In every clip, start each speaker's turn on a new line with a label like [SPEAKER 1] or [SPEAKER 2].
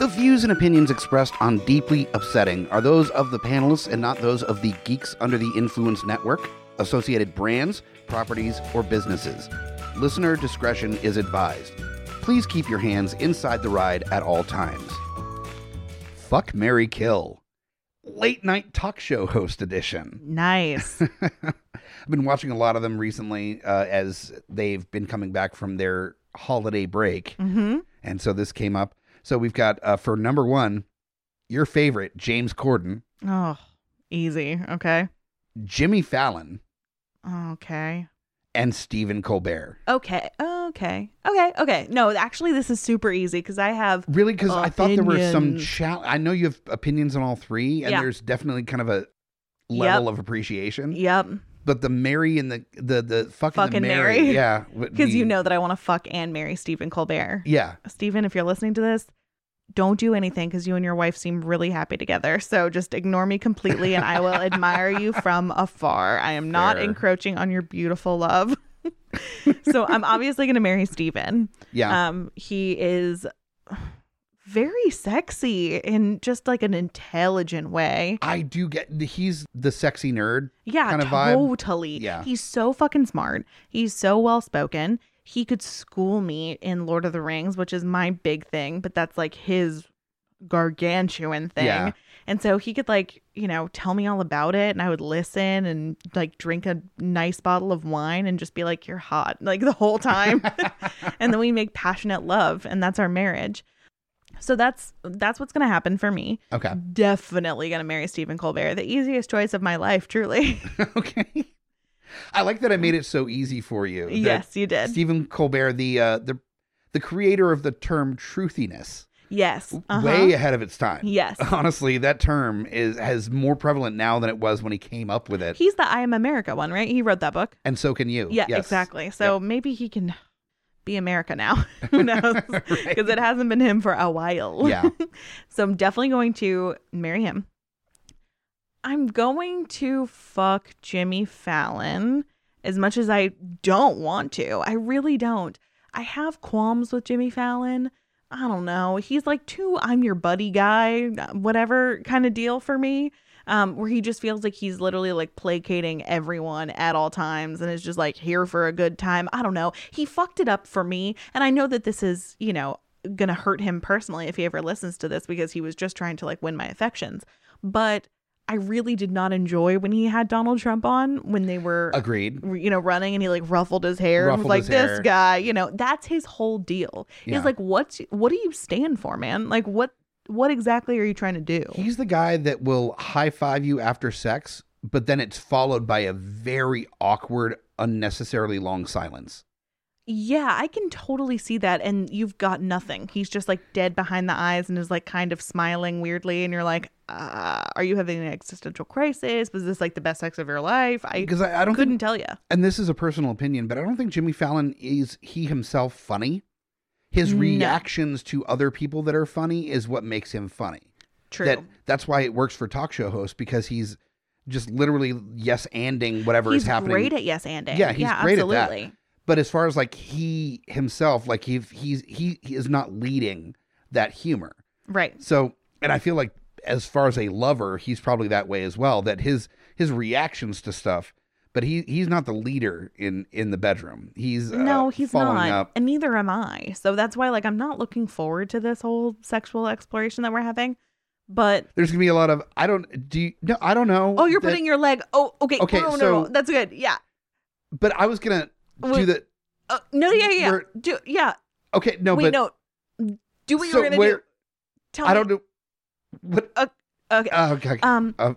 [SPEAKER 1] The views and opinions expressed on Deeply Upsetting are those of the panelists and not those of the Geeks Under the Influence Network, associated brands, properties, or businesses. Listener discretion is advised. Please keep your hands inside the ride at all times. Fuck Mary Kill. Late night talk show host edition.
[SPEAKER 2] Nice.
[SPEAKER 1] I've been watching a lot of them recently uh, as they've been coming back from their holiday break.
[SPEAKER 2] hmm
[SPEAKER 1] And so this came up. So we've got uh, for number one, your favorite, James Corden,
[SPEAKER 2] Oh, easy. Okay.
[SPEAKER 1] Jimmy Fallon,
[SPEAKER 2] Okay.
[SPEAKER 1] and Stephen Colbert.
[SPEAKER 2] Okay. Okay. Okay. Okay. No, actually, this is super easy because I have.
[SPEAKER 1] Really? Because I thought there were some.
[SPEAKER 2] Opinions.
[SPEAKER 1] Chal- I know you have opinions on all three, and
[SPEAKER 2] Yeah.
[SPEAKER 1] there's definitely kind of a
[SPEAKER 2] Yep.
[SPEAKER 1] level of appreciation.
[SPEAKER 2] Yep.
[SPEAKER 1] But the Mary and the the the fucking, the
[SPEAKER 2] Fucking
[SPEAKER 1] Mary,
[SPEAKER 2] Mary.
[SPEAKER 1] yeah, would
[SPEAKER 2] Because
[SPEAKER 1] be-
[SPEAKER 2] you know that I want to fuck and marry Stephen Colbert.
[SPEAKER 1] yeah,
[SPEAKER 2] Stephen, if you're listening to this, don't do anything because you and your wife seem really happy together. So just ignore me completely and I will admire you from afar. I am not
[SPEAKER 1] Fair.
[SPEAKER 2] encroaching on your beautiful love. so I'm obviously going to marry Stephen.
[SPEAKER 1] yeah.
[SPEAKER 2] Um, he is very sexy in just like an intelligent way.
[SPEAKER 1] I do get he's the sexy nerd.
[SPEAKER 2] Yeah,
[SPEAKER 1] kind of vibe.
[SPEAKER 2] totally.
[SPEAKER 1] Yeah.
[SPEAKER 2] He's so fucking smart. He's so well spoken. He could school me in Lord of the Rings, which is my big thing, but that's like his gargantuan thing.
[SPEAKER 1] Yeah.
[SPEAKER 2] And so he could like, you know, tell me all about it and I would listen and like drink a nice bottle of wine and just be like, You're hot like the whole time. and then we make passionate love and that's our marriage. So that's that's what's gonna happen for me.
[SPEAKER 1] Okay,
[SPEAKER 2] Definitely gonna marry Stephen Colbert. The easiest choice of my life, truly.
[SPEAKER 1] okay. I like that I made it so easy for you. that
[SPEAKER 2] Yes, you did.
[SPEAKER 1] Stephen Colbert, the uh, the the creator of the term truthiness,
[SPEAKER 2] yes. Uh-huh.
[SPEAKER 1] way ahead of its time.
[SPEAKER 2] yes.
[SPEAKER 1] Honestly, that term is has more prevalent now than it was when he came up with it,
[SPEAKER 2] He's the I Am America one, right? He wrote that book.
[SPEAKER 1] and so can you.
[SPEAKER 2] Yeah,
[SPEAKER 1] Yes.
[SPEAKER 2] exactly. So maybe he can be America now. Who knows? Because
[SPEAKER 1] Right.
[SPEAKER 2] it hasn't been him for a while.
[SPEAKER 1] Yeah.
[SPEAKER 2] So I'm definitely going to marry him. I'm going to fuck Jimmy Fallon as much as I don't want to. I really don't. I have qualms with Jimmy Fallon. I don't know. He's like too I'm your buddy guy, whatever kind of deal for me. Um, where he just feels like he's literally like placating everyone at all times and is just like here for a good time. I don't know. He fucked it up for me. And I know that this is, you know, gonna hurt him personally if he ever listens to this because he was just trying to like win my affections. But I really did not enjoy when he had Donald Trump on when they were
[SPEAKER 1] Agreed.
[SPEAKER 2] you know, running and he like ruffled his hair and was
[SPEAKER 1] Ruffled
[SPEAKER 2] like,
[SPEAKER 1] his
[SPEAKER 2] this
[SPEAKER 1] hair.
[SPEAKER 2] guy, you know, that's his whole deal. He's
[SPEAKER 1] Yeah.
[SPEAKER 2] like, what's what do you stand for, man? Like what what exactly are you trying to do?
[SPEAKER 1] He's the guy that will high five you after sex, but then it's followed by a very awkward, unnecessarily long silence.
[SPEAKER 2] yeah, I can totally see that. And you've got nothing. He's just like dead behind the eyes and is like kind of smiling weirdly. And you're like, uh, are you having an existential crisis? Was this like the best sex of your life? I
[SPEAKER 1] Because I, I don't
[SPEAKER 2] couldn't
[SPEAKER 1] think,
[SPEAKER 2] tell you.
[SPEAKER 1] and this is a personal opinion, but I don't think Jimmy Fallon is he himself funny. His
[SPEAKER 2] No.
[SPEAKER 1] reactions to other people that are funny is what makes him funny.
[SPEAKER 2] True.
[SPEAKER 1] That that's why it works for talk show hosts because he's just literally yes anding whatever
[SPEAKER 2] he's
[SPEAKER 1] is happening.
[SPEAKER 2] great at yes anding.
[SPEAKER 1] Yeah, he's great at that.
[SPEAKER 2] absolutely.
[SPEAKER 1] but as far as like he himself, like he he's he, he is not leading that humor.
[SPEAKER 2] Right.
[SPEAKER 1] So, and I feel like as far as a lover, he's probably that way as well. That his his reactions to stuff, but he he's not the leader in in the bedroom. He's uh,
[SPEAKER 2] no he's
[SPEAKER 1] following
[SPEAKER 2] not
[SPEAKER 1] up.
[SPEAKER 2] and neither am i so that's why like i'm not looking forward to this whole sexual exploration that we're having but
[SPEAKER 1] There's gonna be a lot of I don't do you, no I don't know.
[SPEAKER 2] oh you're
[SPEAKER 1] that-
[SPEAKER 2] putting your leg oh okay,
[SPEAKER 1] Okay,
[SPEAKER 2] no, no,
[SPEAKER 1] so-
[SPEAKER 2] no that's good yeah
[SPEAKER 1] But I was gonna do
[SPEAKER 2] Wait.
[SPEAKER 1] the
[SPEAKER 2] uh, no yeah yeah
[SPEAKER 1] We're-
[SPEAKER 2] do yeah
[SPEAKER 1] okay no
[SPEAKER 2] wait
[SPEAKER 1] but
[SPEAKER 2] no do what
[SPEAKER 1] so
[SPEAKER 2] you're gonna
[SPEAKER 1] where
[SPEAKER 2] do tell
[SPEAKER 1] I
[SPEAKER 2] me
[SPEAKER 1] don't know what
[SPEAKER 2] okay
[SPEAKER 1] uh, okay
[SPEAKER 2] um
[SPEAKER 1] uh,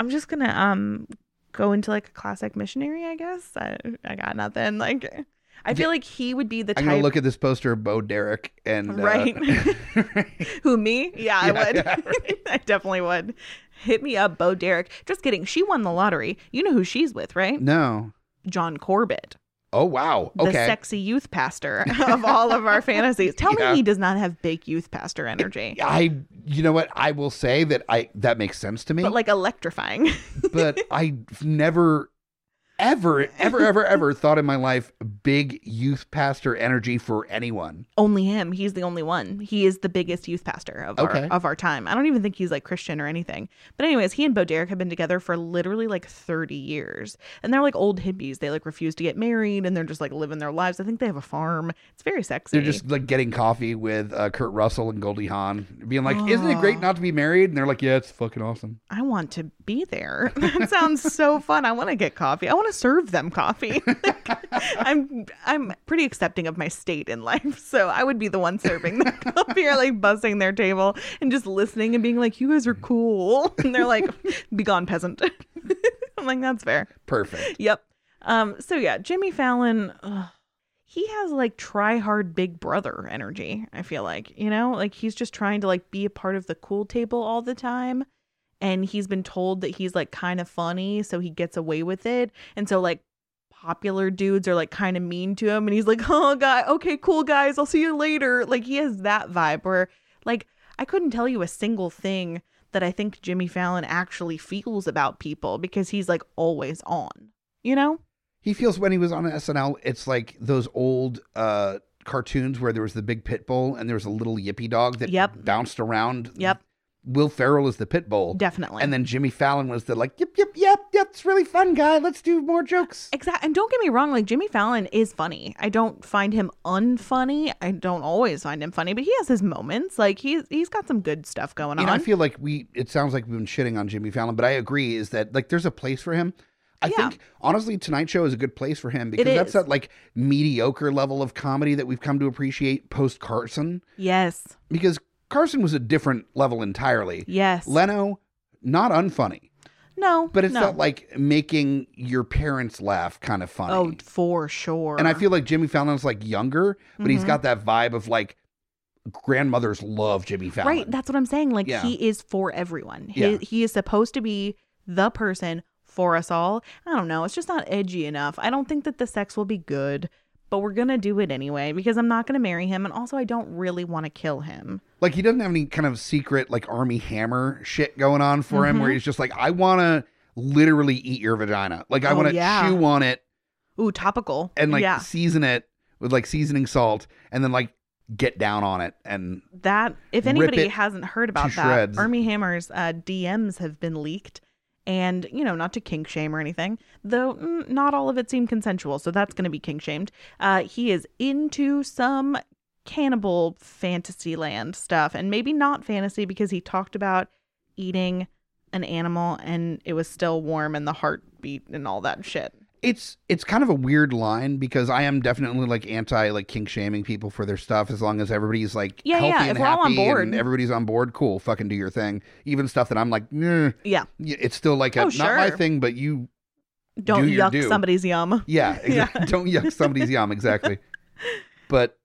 [SPEAKER 2] i'm just gonna um go into like a classic missionary i guess i, I got nothing like i feel like he would be the
[SPEAKER 1] I'm
[SPEAKER 2] type
[SPEAKER 1] gonna look at this poster of Bo Derek and uh,
[SPEAKER 2] Right. Who me?
[SPEAKER 1] Yeah,
[SPEAKER 2] Yeah, I would.
[SPEAKER 1] yeah,
[SPEAKER 2] I definitely would. Hit me up, Bo Derek. Just kidding. She won the lottery. You know who she's with, right?
[SPEAKER 1] no
[SPEAKER 2] John Corbett,
[SPEAKER 1] oh wow
[SPEAKER 2] the
[SPEAKER 1] okay
[SPEAKER 2] sexy youth pastor of all of our fantasies. Tell
[SPEAKER 1] Yeah.
[SPEAKER 2] me he does not have big youth pastor energy,
[SPEAKER 1] I you know what I will say that I that makes sense to me
[SPEAKER 2] but like electrifying.
[SPEAKER 1] but I've never ever, ever, ever, ever thought in my life big youth pastor energy for anyone.
[SPEAKER 2] Only him. He's the only one. He is the biggest youth pastor of
[SPEAKER 1] Okay.
[SPEAKER 2] our of our time. I don't even think he's like Christian or anything. But anyways, he and Bo Derek have been together for literally like 30 years. And they're like old hippies. They like refuse to get married and they're just like living their lives. I think they have a farm. It's very sexy.
[SPEAKER 1] They're just like getting coffee with uh, Kurt Russell and Goldie Hawn, being like, "Isn't it great not to be married?" And they're like, "Yeah, it's fucking awesome."
[SPEAKER 2] I want to be there. That sounds so fun. I want to get coffee. I want to serve them coffee. I'm I'm pretty accepting of my state in life, so I would be the one serving them coffee or like bussing their table and just listening and being like, "You guys are cool," and they're like, "Be gone, peasant." I'm like, "That's fair."
[SPEAKER 1] Perfect.
[SPEAKER 2] Yep. Um. So yeah, Jimmy Fallon. ugh, he has like try hard big brother energy. I feel like you know, like he's just trying to like be a part of the cool table all the time, and he's been told that he's like kind of funny, so he gets away with it, and so like popular dudes are like kind of mean to him and he's like oh god okay cool guys i'll see you later like he has that vibe where like i couldn't tell you a single thing that i think jimmy fallon actually feels about people because he's like always on you know
[SPEAKER 1] He feels when he was on SNL, it's like those old uh, cartoons where there was the big pit bull and there was a little yippy dog that
[SPEAKER 2] Yep.
[SPEAKER 1] bounced around.
[SPEAKER 2] Yep.
[SPEAKER 1] Will Ferrell is the pit bull.
[SPEAKER 2] definitely
[SPEAKER 1] And then Jimmy Fallon was the like, yep, yep, yep, yep, it's really fun, guy. Let's do more jokes.
[SPEAKER 2] Exactly. And don't get me wrong, like Jimmy Fallon is funny. I don't find him unfunny. I don't always find him funny, but he has his moments. Like he's he's got some good stuff going
[SPEAKER 1] You know, I
[SPEAKER 2] on.
[SPEAKER 1] feel like we, it sounds like we've been shitting on Jimmy Fallon, but I agree is that like there's a place for him. I
[SPEAKER 2] Yeah.
[SPEAKER 1] think honestly, Tonight Show is a good place for him because
[SPEAKER 2] It
[SPEAKER 1] that's
[SPEAKER 2] is.
[SPEAKER 1] that like mediocre level of comedy that we've come to appreciate post Carson
[SPEAKER 2] yes.
[SPEAKER 1] because Carson was a different level entirely.
[SPEAKER 2] Yes.
[SPEAKER 1] Leno, not unfunny,
[SPEAKER 2] no.
[SPEAKER 1] but it's
[SPEAKER 2] no.
[SPEAKER 1] not like making your parents laugh kind of funny.
[SPEAKER 2] Oh, for sure.
[SPEAKER 1] And I feel like Jimmy Fallon's like younger, but he's
[SPEAKER 2] Mhm.
[SPEAKER 1] got that vibe of like grandmothers love Jimmy Fallon.
[SPEAKER 2] Right, that's what I'm saying. Like
[SPEAKER 1] Yeah.
[SPEAKER 2] he is for everyone. He
[SPEAKER 1] Yeah.
[SPEAKER 2] he is supposed to be the person for us all. I don't know. It's just not edgy enough. I don't think that the sex will be good, but we're gonna do it anyway because I'm not gonna marry him, and also I don't really want to kill him.
[SPEAKER 1] Like he doesn't have any kind of secret like army hammer shit going on for him
[SPEAKER 2] Mm-hmm.
[SPEAKER 1] where he's just like, I wanna literally eat your vagina. Like I
[SPEAKER 2] Oh,
[SPEAKER 1] wanna
[SPEAKER 2] yeah.
[SPEAKER 1] chew on it
[SPEAKER 2] Ooh, topical.
[SPEAKER 1] and like
[SPEAKER 2] yeah,
[SPEAKER 1] season it with like seasoning salt and then like get down on it and
[SPEAKER 2] that. If
[SPEAKER 1] rip
[SPEAKER 2] anybody
[SPEAKER 1] it
[SPEAKER 2] hasn't heard about that,
[SPEAKER 1] shreds.
[SPEAKER 2] Army Hammer's uh, DMs have been leaked. And, you know, not to kink shame or anything, though mm, not all of it seemed consensual. So that's going to be kink shamed. Uh, he is into some cannibal fantasy land stuff and maybe not fantasy because he talked about eating an animal and it was still warm and the heartbeat and all that shit.
[SPEAKER 1] it's it's kind of a weird line because I am definitely like anti like kink shaming people for their stuff as long as everybody's like
[SPEAKER 2] Yeah,
[SPEAKER 1] healthy
[SPEAKER 2] yeah,
[SPEAKER 1] and
[SPEAKER 2] if we're all on
[SPEAKER 1] happy
[SPEAKER 2] board.
[SPEAKER 1] and everybody's on board, cool, fucking do your thing. Even stuff that I'm like, "Nah,
[SPEAKER 2] Yeah.
[SPEAKER 1] y- it's still like a,
[SPEAKER 2] Oh,
[SPEAKER 1] not my
[SPEAKER 2] sure.
[SPEAKER 1] thing, but you,
[SPEAKER 2] Don't
[SPEAKER 1] Do your
[SPEAKER 2] yuck
[SPEAKER 1] do.
[SPEAKER 2] somebody's yum.
[SPEAKER 1] yeah,
[SPEAKER 2] Yeah.
[SPEAKER 1] exactly. don't yuck somebody's yum, exactly. But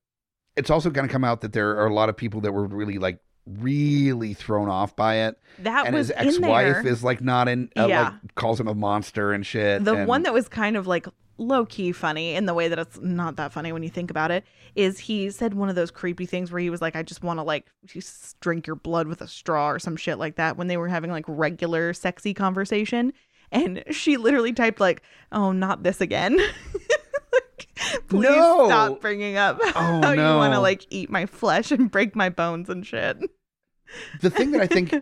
[SPEAKER 1] it's also going to come out that there are a lot of people that were really like really thrown off by it,
[SPEAKER 2] That
[SPEAKER 1] and
[SPEAKER 2] was
[SPEAKER 1] his
[SPEAKER 2] in there.
[SPEAKER 1] ex-wife is like not in, uh,
[SPEAKER 2] Yeah.
[SPEAKER 1] like calls him a monster and shit.
[SPEAKER 2] The
[SPEAKER 1] and-
[SPEAKER 2] one that was kind of like low key funny in the way that it's not that funny when you think about it is he said one of those creepy things where he was like, I just want to like s- drink your blood with a straw or some shit like that when they were having like regular sexy conversation. And she literally typed like, "Oh, not this again." Like, Please
[SPEAKER 1] No.
[SPEAKER 2] stop bringing up
[SPEAKER 1] Oh,
[SPEAKER 2] how you want to
[SPEAKER 1] no.
[SPEAKER 2] like eat my flesh and break my bones and shit.
[SPEAKER 1] the thing that I think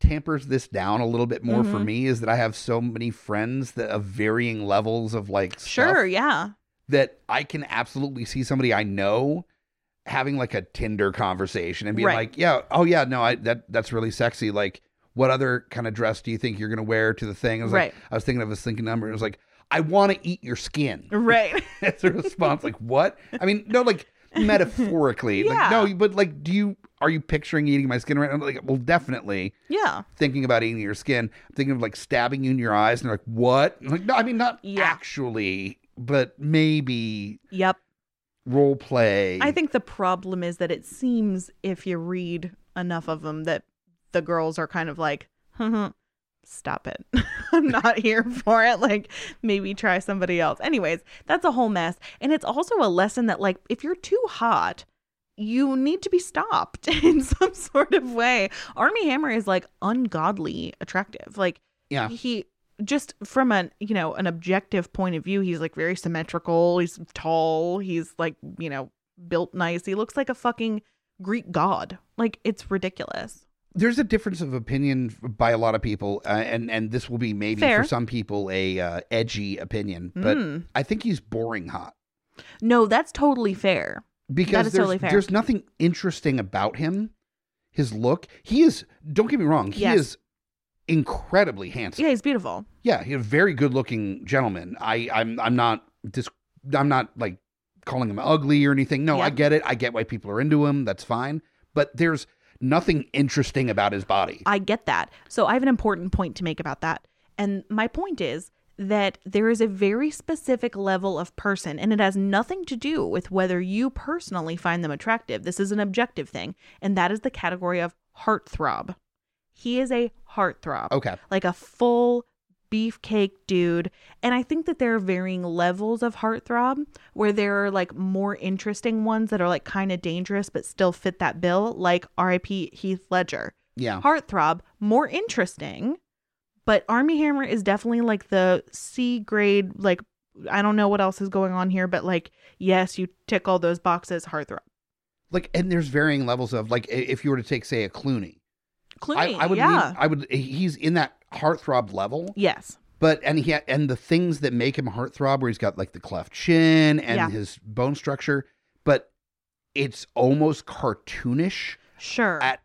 [SPEAKER 1] tampers this down a little bit more for
[SPEAKER 2] Mhm.
[SPEAKER 1] me is that I have so many friends that of varying levels of like stuff
[SPEAKER 2] Sure, yeah.
[SPEAKER 1] that I can absolutely see somebody I know having like a Tinder conversation and being
[SPEAKER 2] Right.
[SPEAKER 1] like, yeah, oh yeah, no, I that that's really sexy. Like, what other kind of dress do you think you're gonna wear to the thing? I was
[SPEAKER 2] Right.
[SPEAKER 1] like, I was thinking of a thinking number. It was like, I want to eat your skin.
[SPEAKER 2] Right.
[SPEAKER 1] That's a response. Like, what? I mean, no, like metaphorically. Like,
[SPEAKER 2] Yeah.
[SPEAKER 1] no, but like, do you are you picturing eating my skin right now? Like, well, definitely
[SPEAKER 2] yeah.
[SPEAKER 1] thinking about eating your skin, I'm thinking of like stabbing you in your eyes, and they're like, what? I'm like, no, I mean, not
[SPEAKER 2] Yeah.
[SPEAKER 1] actually, but maybe
[SPEAKER 2] Yep.
[SPEAKER 1] role play.
[SPEAKER 2] I think the problem is that it seems if you read enough of them that the girls are kind of like, "Huh, stop it. I'm not here for it. Like, maybe try somebody else. Anyways, that's a whole mess. And it's also a lesson that, like, if you're too hot, you need to be stopped in some sort of way. Army Hammer is like ungodly attractive. Like,
[SPEAKER 1] Yeah.
[SPEAKER 2] he just from an you know an objective point of view he's like very symmetrical he's tall he's like you know built nice he looks like a fucking greek god like it's ridiculous
[SPEAKER 1] there's a difference of opinion by a lot of people, uh, and and this will be maybe
[SPEAKER 2] Fair.
[SPEAKER 1] for some people a uh, edgy opinion, but
[SPEAKER 2] Mm.
[SPEAKER 1] I think he's boring hot
[SPEAKER 2] no that's totally fair
[SPEAKER 1] because
[SPEAKER 2] is
[SPEAKER 1] there's,
[SPEAKER 2] totally fair.
[SPEAKER 1] there's nothing interesting about him. His look, he is. Don't get me wrong, he
[SPEAKER 2] Yes.
[SPEAKER 1] is incredibly handsome.
[SPEAKER 2] yeah he's beautiful
[SPEAKER 1] Yeah, he's a very good-looking gentleman. I I'm I'm not dis- I'm not like calling him ugly or anything. No, I
[SPEAKER 2] Yeah.
[SPEAKER 1] get it. I get why people are into him. That's fine. But there's nothing interesting about his body.
[SPEAKER 2] I get that. So I have an important point to make about that. And my point is that there is a very specific level of person, and it has nothing to do with whether you personally find them attractive. This is an objective thing, and that is the category of heartthrob. He is a heartthrob
[SPEAKER 1] Okay.
[SPEAKER 2] like a full beefcake dude. And I think that there are varying levels of heartthrob where there are like more interesting ones that are like kind of dangerous but still fit that bill, like R.I.P. Heath Ledger.
[SPEAKER 1] Yeah.
[SPEAKER 2] Heartthrob, more interesting, but Army Hammer is definitely like the C grade, like I don't know what else is going on here, but like, yes, you tick all those boxes, heartthrob.
[SPEAKER 1] like and there's varying levels of like i- if you were to take say a clooney,
[SPEAKER 2] Clooney,
[SPEAKER 1] I, I would lean-
[SPEAKER 2] yeah.
[SPEAKER 1] i would he's in that heartthrob level
[SPEAKER 2] yes.
[SPEAKER 1] but and he ha- and the things that make him a heartthrob where he's got like the cleft chin and
[SPEAKER 2] Yeah.
[SPEAKER 1] his bone structure but it's almost cartoonish
[SPEAKER 2] Sure.
[SPEAKER 1] At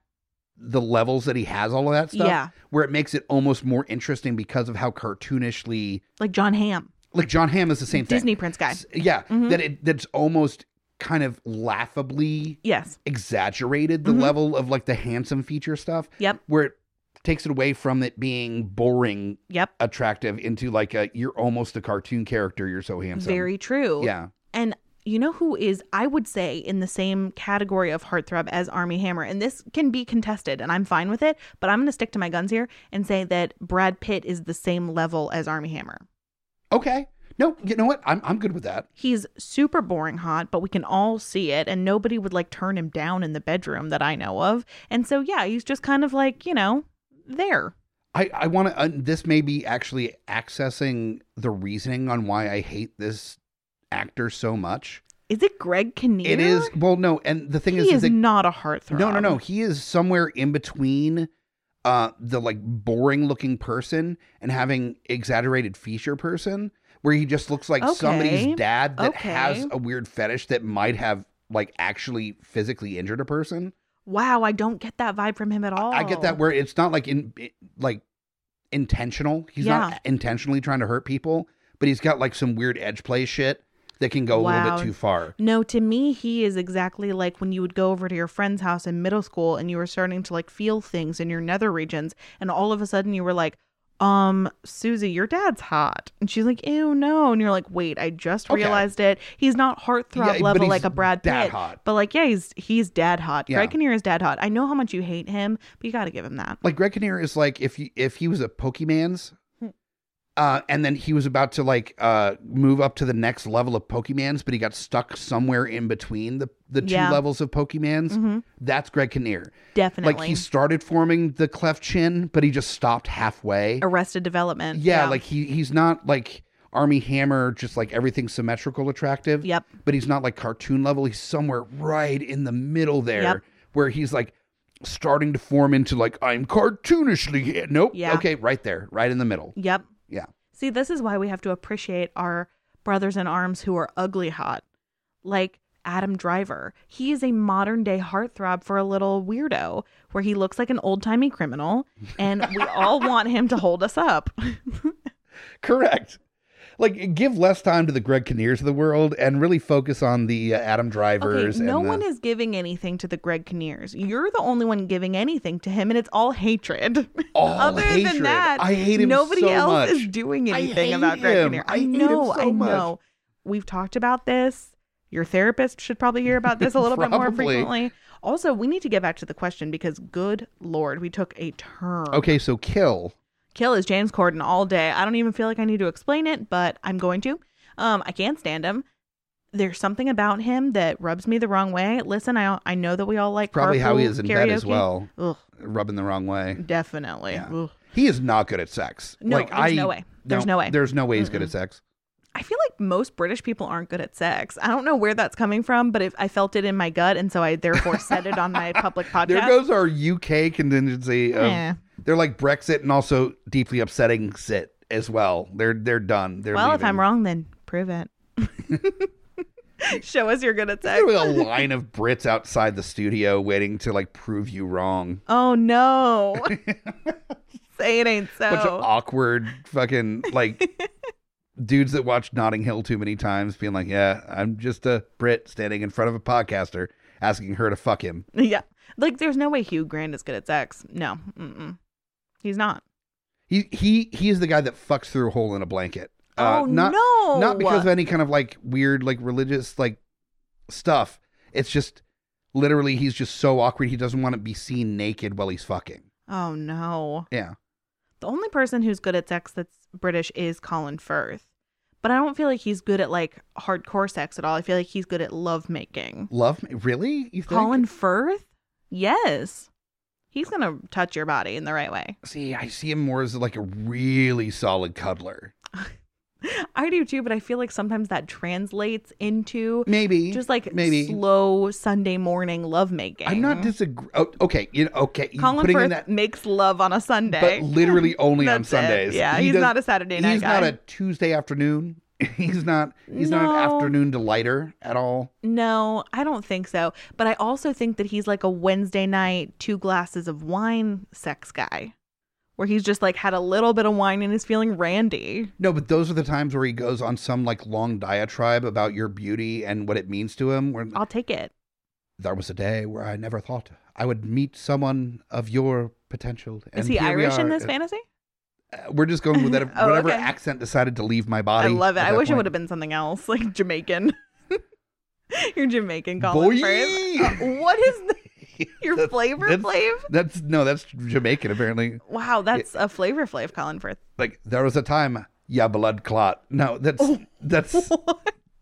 [SPEAKER 1] the levels that he has all of that stuff
[SPEAKER 2] Yeah.
[SPEAKER 1] where it makes it almost more interesting because of how cartoonishly
[SPEAKER 2] Like John Hamm,
[SPEAKER 1] like john hamm is the same
[SPEAKER 2] Disney
[SPEAKER 1] thing
[SPEAKER 2] Prince guy.
[SPEAKER 1] S- yeah
[SPEAKER 2] Mhm.
[SPEAKER 1] that it that's almost kind of laughably
[SPEAKER 2] Yes.
[SPEAKER 1] exaggerated the
[SPEAKER 2] Mhm.
[SPEAKER 1] level of like the handsome feature stuff
[SPEAKER 2] Yep.
[SPEAKER 1] where it takes it away from it being boring
[SPEAKER 2] Yep.
[SPEAKER 1] attractive into like a you're almost a cartoon character you're so handsome
[SPEAKER 2] Very true.
[SPEAKER 1] yeah
[SPEAKER 2] And you know who is, I would say, in the same category of heartthrob as Army Hammer? And this can be contested, and I'm fine with it, but I'm going to stick to my guns here and say that Brad Pitt is the same level as Army Hammer.
[SPEAKER 1] okay no you know what i'm, I'm good with that
[SPEAKER 2] He's super boring hot, but we can all see it, and nobody would like turn him down in the bedroom that I know of. And so, yeah, he's just kind of like, you know, there.
[SPEAKER 1] i i want to uh, this may be actually accessing the reasoning on why i hate this actor so much
[SPEAKER 2] Is it Greg Kinnear?
[SPEAKER 1] it is well no and the thing
[SPEAKER 2] He
[SPEAKER 1] is,
[SPEAKER 2] is,
[SPEAKER 1] that
[SPEAKER 2] not a heartthrob.
[SPEAKER 1] No, no, no. He is somewhere in between uh the like boring looking person and having exaggerated feature person where he just looks like
[SPEAKER 2] Okay.
[SPEAKER 1] somebody's dad that
[SPEAKER 2] Okay.
[SPEAKER 1] has a weird fetish that might have like actually physically injured a person.
[SPEAKER 2] Wow, I don't get that vibe from him at all.
[SPEAKER 1] I get that where it's not like in it- like intentional. He's
[SPEAKER 2] Yeah.
[SPEAKER 1] not intentionally trying to hurt people, but he's got like some weird edge play shit that can go a little
[SPEAKER 2] Wow.
[SPEAKER 1] bit too far.
[SPEAKER 2] No, to me, he is exactly like when you would go over to your friend's house in middle school and you were starting to like feel things in your nether regions, and all of a sudden you were like, um, Susie, your dad's hot. And she's like, ew, no. And you're like, wait, I just
[SPEAKER 1] Okay.
[SPEAKER 2] realized it. He's not heartthrob
[SPEAKER 1] Yeah, but
[SPEAKER 2] level
[SPEAKER 1] he's
[SPEAKER 2] like a Brad
[SPEAKER 1] dad
[SPEAKER 2] Pitt.
[SPEAKER 1] hot.
[SPEAKER 2] But like, yeah, he's he's dad hot.
[SPEAKER 1] Yeah.
[SPEAKER 2] Greg Kinnear is dad hot. I know how much you hate him, but you gotta give him that.
[SPEAKER 1] like Greg Kinnear is like if he, if he was a Pokemon's,
[SPEAKER 2] Hmm.
[SPEAKER 1] uh, and then he was about to like uh move up to the next level of Pokemon's, but he got stuck somewhere in between the the two
[SPEAKER 2] Yeah.
[SPEAKER 1] levels of Pokemon's.
[SPEAKER 2] Mhm.
[SPEAKER 1] That's Greg Kinnear.
[SPEAKER 2] Definitely.
[SPEAKER 1] Like he started forming the cleft chin, but he just stopped halfway.
[SPEAKER 2] Arrested development.
[SPEAKER 1] Yeah, like he he's not like Army Hammer, just like everything symmetrical, attractive.
[SPEAKER 2] Yep.
[SPEAKER 1] But he's not like cartoon level. He's somewhere right in the middle there,
[SPEAKER 2] Yep.
[SPEAKER 1] where he's like starting to form into like I'm cartoonishly. ha- Nope.
[SPEAKER 2] Yeah.
[SPEAKER 1] Okay, right there, right in the middle.
[SPEAKER 2] Yep.
[SPEAKER 1] Yeah.
[SPEAKER 2] See, this is why we have to appreciate our brothers in arms who are ugly hot, like Adam Driver. He is a modern day heartthrob for a little weirdo where he looks like an old timey criminal, and we all want him to hold us up.
[SPEAKER 1] Correct. Like give less time to the Greg Kinnears of the world and really focus on the uh, Adam Drivers.
[SPEAKER 2] Okay, no
[SPEAKER 1] and the-
[SPEAKER 2] one is giving anything to the Greg Kinnears. You're the only one giving anything to him, and it's all hatred.
[SPEAKER 1] all
[SPEAKER 2] Other
[SPEAKER 1] Oh, hatred.
[SPEAKER 2] than that,
[SPEAKER 1] I hate him.
[SPEAKER 2] Nobody
[SPEAKER 1] so
[SPEAKER 2] else
[SPEAKER 1] much.
[SPEAKER 2] is doing
[SPEAKER 1] I
[SPEAKER 2] anything
[SPEAKER 1] hate
[SPEAKER 2] about Greg
[SPEAKER 1] him.
[SPEAKER 2] Kinnear.
[SPEAKER 1] I hate him
[SPEAKER 2] know,
[SPEAKER 1] so
[SPEAKER 2] I
[SPEAKER 1] much.
[SPEAKER 2] know. We've talked about this. Your therapist should probably hear about this a little bit more
[SPEAKER 1] Probably.
[SPEAKER 2] frequently. Also, we need to get back to the question because, good lord, we took a turn.
[SPEAKER 1] Okay, so kill.
[SPEAKER 2] Kill is James Corden all day. I don't even feel like I need to explain it, but I'm going to. Um, I can't stand him. There's something about him that rubs me the wrong way. Listen, I I know that we all like
[SPEAKER 1] Probably how he
[SPEAKER 2] carpool
[SPEAKER 1] is in bed as
[SPEAKER 2] karaoke.
[SPEAKER 1] well,
[SPEAKER 2] Ugh,
[SPEAKER 1] rubbing the wrong way.
[SPEAKER 2] definitely.
[SPEAKER 1] Yeah.
[SPEAKER 2] Ugh.
[SPEAKER 1] He is not good at sex.
[SPEAKER 2] No,
[SPEAKER 1] like,
[SPEAKER 2] there's
[SPEAKER 1] I,
[SPEAKER 2] no way. There's no way.
[SPEAKER 1] There's no way he's good at sex.
[SPEAKER 2] I feel like most British people aren't good at sex. I don't know where that's coming from, but if I felt it in my gut, and so I therefore said it on my public podcast.
[SPEAKER 1] There goes our UK contingency. Of,
[SPEAKER 2] Yeah.
[SPEAKER 1] They're like Brexit and also deeply upsetting sit as well. They're they're done. They're
[SPEAKER 2] well, if
[SPEAKER 1] leaving.
[SPEAKER 2] I'm wrong, then prove it. Show us you're good at sex.
[SPEAKER 1] There'll be a line of Brits outside the studio waiting to like prove you wrong.
[SPEAKER 2] Oh no. Say it ain't so.
[SPEAKER 1] bunch of awkward fucking like dudes that watch Notting Hill too many times being like, Yeah, I'm just a Brit standing in front of a podcaster asking her to fuck him.
[SPEAKER 2] yeah. Like there's no way Hugh Grant is good at sex. No. Mm-mm. He's not.
[SPEAKER 1] He he he is the guy that fucks through a hole in a blanket.
[SPEAKER 2] oh
[SPEAKER 1] Uh, not
[SPEAKER 2] no.
[SPEAKER 1] not because of any kind of like weird like religious like stuff. It's just literally he's just so awkward he doesn't want to be seen naked while he's fucking.
[SPEAKER 2] Oh no.
[SPEAKER 1] Yeah.
[SPEAKER 2] The only person who's good at sex that's British is Colin Firth. But I don't feel like he's good at like hardcore sex at all. I feel like he's good at love making.
[SPEAKER 1] Love me really? You think?
[SPEAKER 2] Colin Firth? Yes. He's gonna touch your body in the right way.
[SPEAKER 1] See, I see him more as like a really solid cuddler.
[SPEAKER 2] I do too, but I feel like sometimes that translates into
[SPEAKER 1] Maybe.
[SPEAKER 2] just like
[SPEAKER 1] maybe.
[SPEAKER 2] slow Sunday morning lovemaking.
[SPEAKER 1] I'm not disagree. Oh, okay, you know, okay, you
[SPEAKER 2] Colin
[SPEAKER 1] putting
[SPEAKER 2] Firth
[SPEAKER 1] in that,
[SPEAKER 2] makes love on a
[SPEAKER 1] but
[SPEAKER 2] Sunday.
[SPEAKER 1] literally only on
[SPEAKER 2] That's it.
[SPEAKER 1] Sundays.
[SPEAKER 2] Yeah,
[SPEAKER 1] He
[SPEAKER 2] he's
[SPEAKER 1] does-
[SPEAKER 2] not a Saturday night
[SPEAKER 1] He's
[SPEAKER 2] guy.
[SPEAKER 1] not a Tuesday afternoon. He's not. He's not an
[SPEAKER 2] No.
[SPEAKER 1] afternoon delighter at all.
[SPEAKER 2] no, I don't think so. But I also think that he's like a Wednesday night, two glasses of wine sex guy, where he's just like had a little bit of wine and is feeling randy.
[SPEAKER 1] No, but those are the times where he goes on some like long diatribe about your beauty and what it means to him. Where
[SPEAKER 2] I'll take it.
[SPEAKER 1] there was a day where I never thought I would meet someone of your potential. And
[SPEAKER 2] Is he
[SPEAKER 1] here we
[SPEAKER 2] Irish in
[SPEAKER 1] are.
[SPEAKER 2] this fantasy?
[SPEAKER 1] Uh, We're just going with that,
[SPEAKER 2] Oh,
[SPEAKER 1] whatever
[SPEAKER 2] okay.
[SPEAKER 1] accent decided to leave my
[SPEAKER 2] I
[SPEAKER 1] body.
[SPEAKER 2] love it.
[SPEAKER 1] at
[SPEAKER 2] I
[SPEAKER 1] that
[SPEAKER 2] wish it
[SPEAKER 1] point.
[SPEAKER 2] would have been something else, like Jamaican. You're Jamaican, Colin
[SPEAKER 1] Boy!
[SPEAKER 2] Firth. Uh, what is the, your
[SPEAKER 1] That's-
[SPEAKER 2] flavor
[SPEAKER 1] that's-
[SPEAKER 2] flav?
[SPEAKER 1] That's no, that's Jamaican apparently.
[SPEAKER 2] Wow, that's a flavor flav, Colin Firth.
[SPEAKER 1] like there was a time yeah blood clot no that's
[SPEAKER 2] Oh.
[SPEAKER 1] that's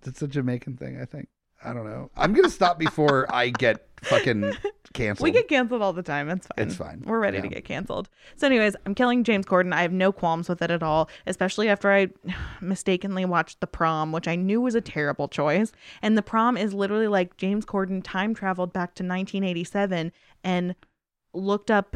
[SPEAKER 1] that's a jamaican thing i think i don't know i'm gonna stop before i get fucking canceled
[SPEAKER 2] We get canceled all the time. It's fine.
[SPEAKER 1] It's fine.
[SPEAKER 2] We're ready to
[SPEAKER 1] Yeah.
[SPEAKER 2] get canceled. So, anyways, I'm killing James Corden. I have no qualms with it at all, especially after I mistakenly watched The Prom, which I knew was a terrible choice. And The Prom is literally like James Corden time traveled back to 1987 and looked up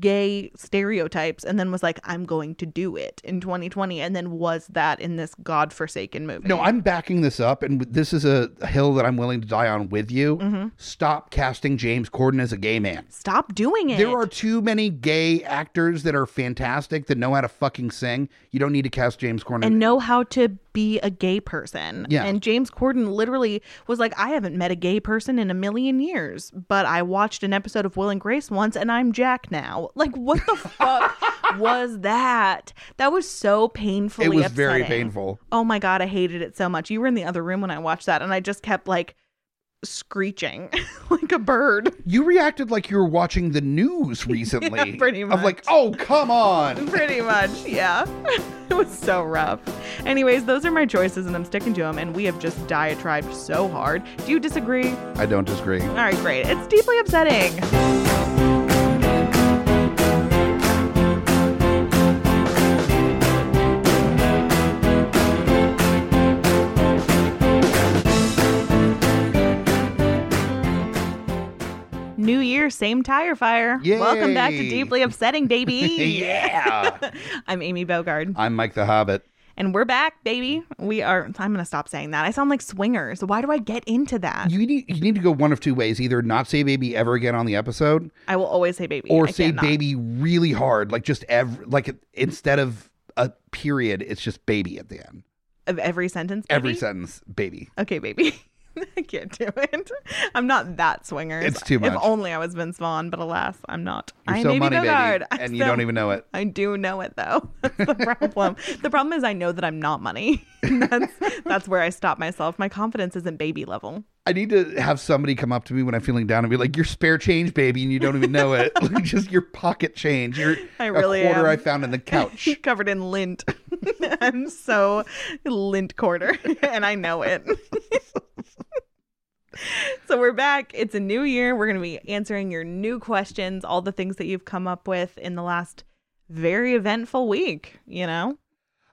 [SPEAKER 2] gay stereotypes and then was like, I'm going to do it in 2020. And then was that in this godforsaken movie.
[SPEAKER 1] no i'm backing this up and this is a hill that i'm willing to die on with you
[SPEAKER 2] Mm-hmm.
[SPEAKER 1] stop casting james corden as a gay man
[SPEAKER 2] Stop doing it.
[SPEAKER 1] there are too many gay actors that are fantastic that know how to fucking sing you don't need to cast james corden
[SPEAKER 2] and know how to be a gay person.
[SPEAKER 1] Yeah.
[SPEAKER 2] And James Corden literally was like, I haven't met a gay person in a million years, but I watched an episode of Will and Grace once and I'm Jack now. Like, what the fuck was that? That was so painfully
[SPEAKER 1] it was very
[SPEAKER 2] upsetting.
[SPEAKER 1] painful
[SPEAKER 2] Oh my God, I hated it so much. You were in the other room when I watched that and I just kept like screeching like a bird.
[SPEAKER 1] you reacted like you were watching the news recently
[SPEAKER 2] pretty
[SPEAKER 1] of like oh come on
[SPEAKER 2] Pretty much, yeah. it was so rough. Anyways, those are my choices and I'm sticking to them and we have just diatribed so hard. Do you disagree?
[SPEAKER 1] i don't disagree
[SPEAKER 2] All right, great. It's deeply upsetting. New year, same tire fire. Welcome back to
[SPEAKER 1] Yay.
[SPEAKER 2] Deeply Upsetting, baby.
[SPEAKER 1] yeah
[SPEAKER 2] I'm Amy Bogard,
[SPEAKER 1] I'm Mike the Hobbit.
[SPEAKER 2] and we're back, baby. We are. I'm gonna stop saying that. I sound like swingers. Why do I get into that?
[SPEAKER 1] You need you need to go one of two ways: either not say baby ever again on the episode,
[SPEAKER 2] I will always say baby.
[SPEAKER 1] or
[SPEAKER 2] I
[SPEAKER 1] say
[SPEAKER 2] cannot.
[SPEAKER 1] baby really hard, like just ev like instead of a period, it's just baby at the end.
[SPEAKER 2] of every sentence.
[SPEAKER 1] Every
[SPEAKER 2] baby?
[SPEAKER 1] sentence, baby.
[SPEAKER 2] Okay, baby. I can't do it. I'm not that swingers.
[SPEAKER 1] It's too much.
[SPEAKER 2] If only I was Vince Vaughn, but alas, I'm not.
[SPEAKER 1] You're
[SPEAKER 2] I'm
[SPEAKER 1] so
[SPEAKER 2] Amy
[SPEAKER 1] money,
[SPEAKER 2] Bogard.
[SPEAKER 1] baby,
[SPEAKER 2] I'm
[SPEAKER 1] and you
[SPEAKER 2] so-
[SPEAKER 1] don't even know it.
[SPEAKER 2] I do know it though. That's the problem. the problem is I know that I'm not money. And that's that's where I stop myself. My confidence isn't baby level.
[SPEAKER 1] I need to have somebody come up to me when I'm feeling down and be like, "Your spare change, baby," and you don't even know it. like just your pocket change. Your
[SPEAKER 2] I really
[SPEAKER 1] a quarter
[SPEAKER 2] am.
[SPEAKER 1] I found in the couch.
[SPEAKER 2] covered in lint. I'm so lint quarter, and I know it. so we're back. It's a new year. We're going to be answering your new questions, all the things that you've come up with in the last very eventful week, you know?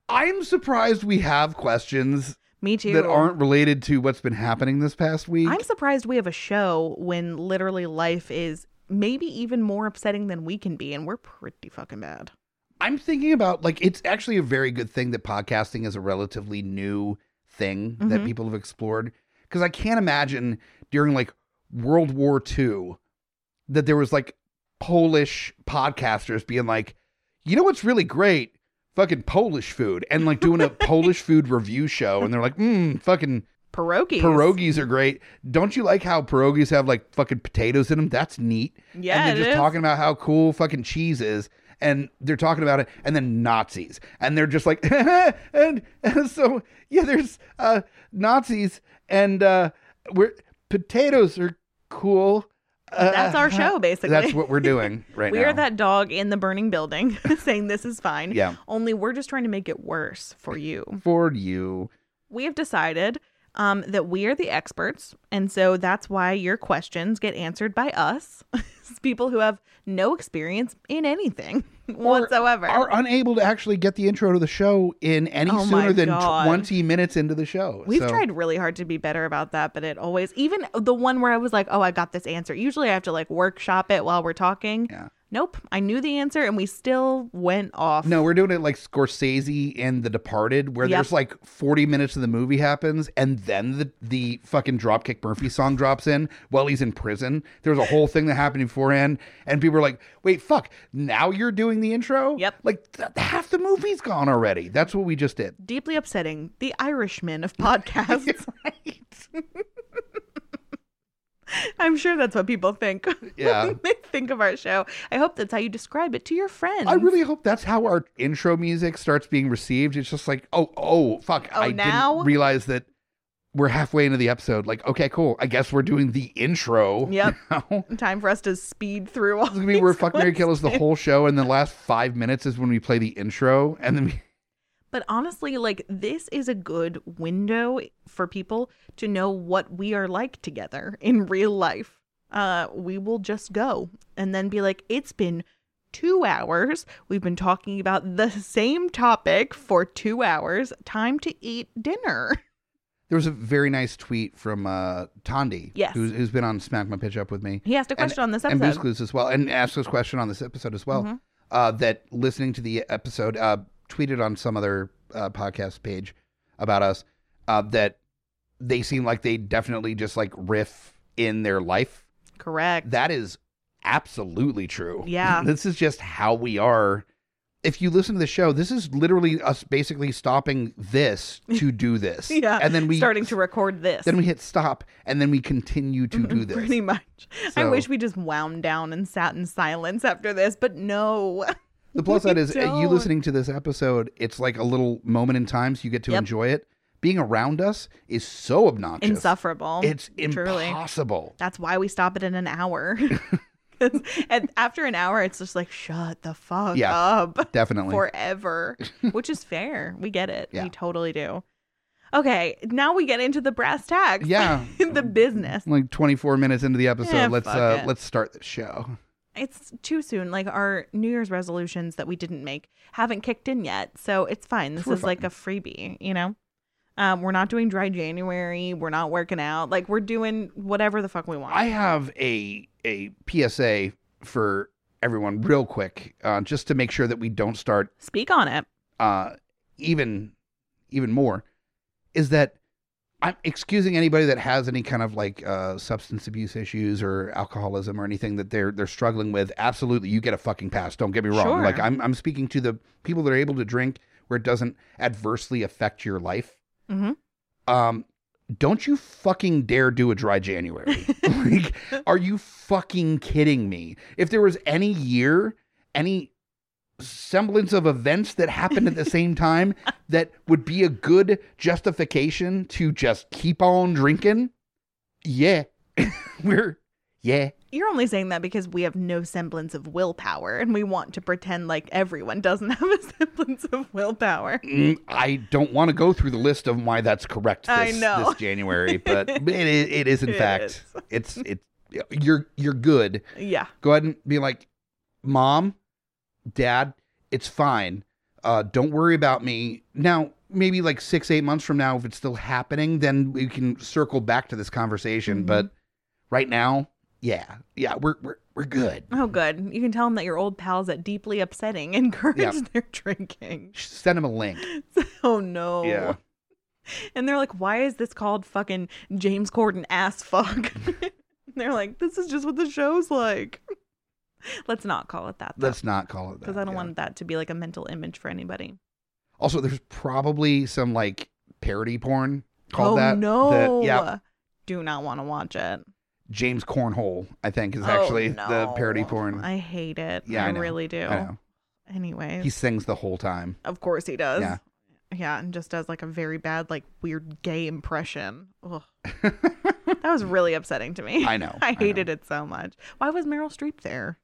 [SPEAKER 1] I'm surprised we have questions
[SPEAKER 2] Me too.
[SPEAKER 1] that aren't related to what's been happening this past week.
[SPEAKER 2] I'm surprised we have a show when literally life is maybe even more upsetting than we can be, and we're pretty fucking bad.
[SPEAKER 1] I'm thinking about like it's actually a very good thing that podcasting is a relatively new thing that
[SPEAKER 2] Mhm.
[SPEAKER 1] people have explored because I can't imagine during like World War II that there was like Polish podcasters being like, you know what's really great, fucking Polish food, and like doing a Polish food review show, and they're like, mm, fucking
[SPEAKER 2] Pierogies.
[SPEAKER 1] pierogies are great. Don't you like how pierogies have like fucking potatoes in them? That's neat
[SPEAKER 2] Yeah,
[SPEAKER 1] and
[SPEAKER 2] it
[SPEAKER 1] they're just
[SPEAKER 2] is.
[SPEAKER 1] talking about how cool fucking cheese is and they're talking about it and then nazis and they're just like and, and so yeah there's uh nazis and uh we're potatoes are cool uh,
[SPEAKER 2] That's our show, basically.
[SPEAKER 1] that's what we're doing right
[SPEAKER 2] we
[SPEAKER 1] now
[SPEAKER 2] are that dog in the burning building saying this is fine.
[SPEAKER 1] Yeah.
[SPEAKER 2] Only we're just trying to make it worse for you.
[SPEAKER 1] for you
[SPEAKER 2] we have decided um, that we are the experts. And so that's why your questions get answered by us, people who have no experience in anything whatsoever.
[SPEAKER 1] are unable to actually get the intro to the show in any
[SPEAKER 2] Oh my
[SPEAKER 1] sooner than
[SPEAKER 2] God.
[SPEAKER 1] 20 minutes into the show
[SPEAKER 2] We've
[SPEAKER 1] So-
[SPEAKER 2] tried really hard to be better about that, but it always, even the one where I was like, oh, I got this answer. Usually I have to like workshop it while we're talking.
[SPEAKER 1] Yeah.
[SPEAKER 2] Nope. I knew the answer and we still went off.
[SPEAKER 1] No, we're doing it like Scorsese and The Departed, where
[SPEAKER 2] Yep.
[SPEAKER 1] there's like 40 minutes of the movie happens, and then the, the fucking Dropkick Murphy song drops in while he's in prison. There's a whole thing that happened beforehand, and people are like, wait, fuck, now you're doing the intro?
[SPEAKER 2] Yep.
[SPEAKER 1] Like th- half the movie's gone already. That's what we just did.
[SPEAKER 2] Deeply upsetting. The Irishman of podcasts. I'm sure that's what people think.
[SPEAKER 1] Yeah.
[SPEAKER 2] when they think of our show. I hope that's how you describe it to your friends.
[SPEAKER 1] I really hope that's how our intro music starts being received. It's just like, oh, oh, fuck.
[SPEAKER 2] Oh,
[SPEAKER 1] I
[SPEAKER 2] now?
[SPEAKER 1] didn't realize that we're halfway into the episode. Like, okay, cool. I guess we're doing the intro.
[SPEAKER 2] Yep.
[SPEAKER 1] now.
[SPEAKER 2] Time for us to speed through all.
[SPEAKER 1] It's gonna be we're
[SPEAKER 2] these
[SPEAKER 1] fuck Mary Kill is the
[SPEAKER 2] questions.
[SPEAKER 1] whole show, and the last five minutes is when we play the intro, and then we,
[SPEAKER 2] But honestly, like this is a good window for people to know what we are like together in real life. Uh, we will just go and then be like, it's been two hours. We've been talking about the same topic for two hours. Time to eat dinner.
[SPEAKER 1] there was a very nice tweet from uh, Tondi,
[SPEAKER 2] Yes.
[SPEAKER 1] who's, who's been on Smack My Pitch Up with me,
[SPEAKER 2] He asked a
[SPEAKER 1] And-
[SPEAKER 2] question on this
[SPEAKER 1] and
[SPEAKER 2] episode.
[SPEAKER 1] Booze Clues as well, and asked this question on this episode as well.
[SPEAKER 2] Mhm.
[SPEAKER 1] Uh, that listening to the episode, uh, tweeted on some other uh, podcast page about us uh, that they seem like they definitely just like riff in their life.
[SPEAKER 2] Correct.
[SPEAKER 1] That is absolutely true.
[SPEAKER 2] Yeah.
[SPEAKER 1] this is just how we are. If you listen to the show, this is literally us basically stopping this to do this.
[SPEAKER 2] yeah.
[SPEAKER 1] And then we
[SPEAKER 2] starting to record this.
[SPEAKER 1] then we hit stop and then we continue to do this.
[SPEAKER 2] Pretty much. I
[SPEAKER 1] So-
[SPEAKER 2] wish we just wound down and sat in silence after this, but no.
[SPEAKER 1] the plus
[SPEAKER 2] we
[SPEAKER 1] side is uh, you
[SPEAKER 2] don't.
[SPEAKER 1] listening to this episode, it's like a little moment in time so you get to
[SPEAKER 2] Yep.
[SPEAKER 1] enjoy it. Being around us is so obnoxious.
[SPEAKER 2] Insufferable.
[SPEAKER 1] It's
[SPEAKER 2] Truly.
[SPEAKER 1] impossible.
[SPEAKER 2] That's why we stop it in an hour. 'Cause at- after an hour, it's just like, shut the fuck
[SPEAKER 1] Yeah.
[SPEAKER 2] up
[SPEAKER 1] Definitely.
[SPEAKER 2] forever, which is fair. We get it.
[SPEAKER 1] Yeah.
[SPEAKER 2] We totally do. Okay, now we get into the brass tacks.
[SPEAKER 1] Yeah.
[SPEAKER 2] the business.
[SPEAKER 1] like 24 minutes into the episode,
[SPEAKER 2] Yeah,
[SPEAKER 1] let's
[SPEAKER 2] fuck
[SPEAKER 1] uh,
[SPEAKER 2] it.
[SPEAKER 1] let's start the show.
[SPEAKER 2] It's too soon. Like our New Year's resolutions that we didn't make haven't kicked in yet. So it's fine. This
[SPEAKER 1] We're
[SPEAKER 2] is like
[SPEAKER 1] fine.
[SPEAKER 2] a freebie, you know? Um, we're not doing dry January. We're not working out. Like we're doing whatever the fuck we want.
[SPEAKER 1] I have a a PSA for everyone, real quick, uh, just to make sure that we don't start
[SPEAKER 2] Speak on it.
[SPEAKER 1] uh, even even more. Is that I'm excusing anybody that has any kind of like uh, substance abuse issues or alcoholism or anything that they're they're struggling with. Absolutely, you get a fucking pass. Don't get me wrong.
[SPEAKER 2] Sure.
[SPEAKER 1] Like I'm I'm speaking to the people that are able to drink where it doesn't adversely affect your life.
[SPEAKER 2] hmm
[SPEAKER 1] um don't you fucking dare do a dry January. like, are you fucking kidding me? If there was any year, any semblance of events that happened at the same time that would be a good justification to just keep on drinking, yeah. We're, yeah.
[SPEAKER 2] You're only saying that because we have no semblance of willpower and we want to pretend like everyone doesn't have a semblance of willpower.
[SPEAKER 1] Mm, I don't want to go through the list of why that's correct this,
[SPEAKER 2] I know.
[SPEAKER 1] this January, but it, is- it is, in
[SPEAKER 2] It
[SPEAKER 1] fact,
[SPEAKER 2] is.
[SPEAKER 1] it's, it's, you're, you're good.
[SPEAKER 2] Yeah.
[SPEAKER 1] go ahead and be like, Mom, Dad, It's fine. Uh, don't worry about me. Now, maybe like six, eight months from now, if it's still happening, then we can circle back to this conversation.
[SPEAKER 2] Mhm.
[SPEAKER 1] But right now, yeah, yeah, we're we're we're good.
[SPEAKER 2] Oh, good. You can tell them that your old pals at Deeply Upsetting encourage
[SPEAKER 1] Yeah.
[SPEAKER 2] their drinking.
[SPEAKER 1] Send him a link.
[SPEAKER 2] Oh, no.
[SPEAKER 1] Yeah.
[SPEAKER 2] And they're like, why is this called fucking James Corden ass fuck? and they're like, this is just what the show's like. Let's not call it that, though.
[SPEAKER 1] Let's not call it that.
[SPEAKER 2] Because I don't
[SPEAKER 1] yeah.
[SPEAKER 2] want that to be like a mental image for anybody.
[SPEAKER 1] Also, there's probably some like parody porn called
[SPEAKER 2] oh,
[SPEAKER 1] that.
[SPEAKER 2] no.
[SPEAKER 1] that- yeah,
[SPEAKER 2] Do not want to watch it.
[SPEAKER 1] James Cornhole, I think, is
[SPEAKER 2] Oh,
[SPEAKER 1] actually the
[SPEAKER 2] no.
[SPEAKER 1] parody porn.
[SPEAKER 2] I hate it.
[SPEAKER 1] Yeah,
[SPEAKER 2] I,
[SPEAKER 1] I know.
[SPEAKER 2] really do.
[SPEAKER 1] I know.
[SPEAKER 2] Anyway,
[SPEAKER 1] He sings the whole time.
[SPEAKER 2] of course he does.
[SPEAKER 1] Yeah.
[SPEAKER 2] Yeah, and just does like a very bad, like weird gay impression. Ugh. that was really upsetting to me.
[SPEAKER 1] I know.
[SPEAKER 2] I
[SPEAKER 1] know.
[SPEAKER 2] hated it so much. Why was Meryl Streep there?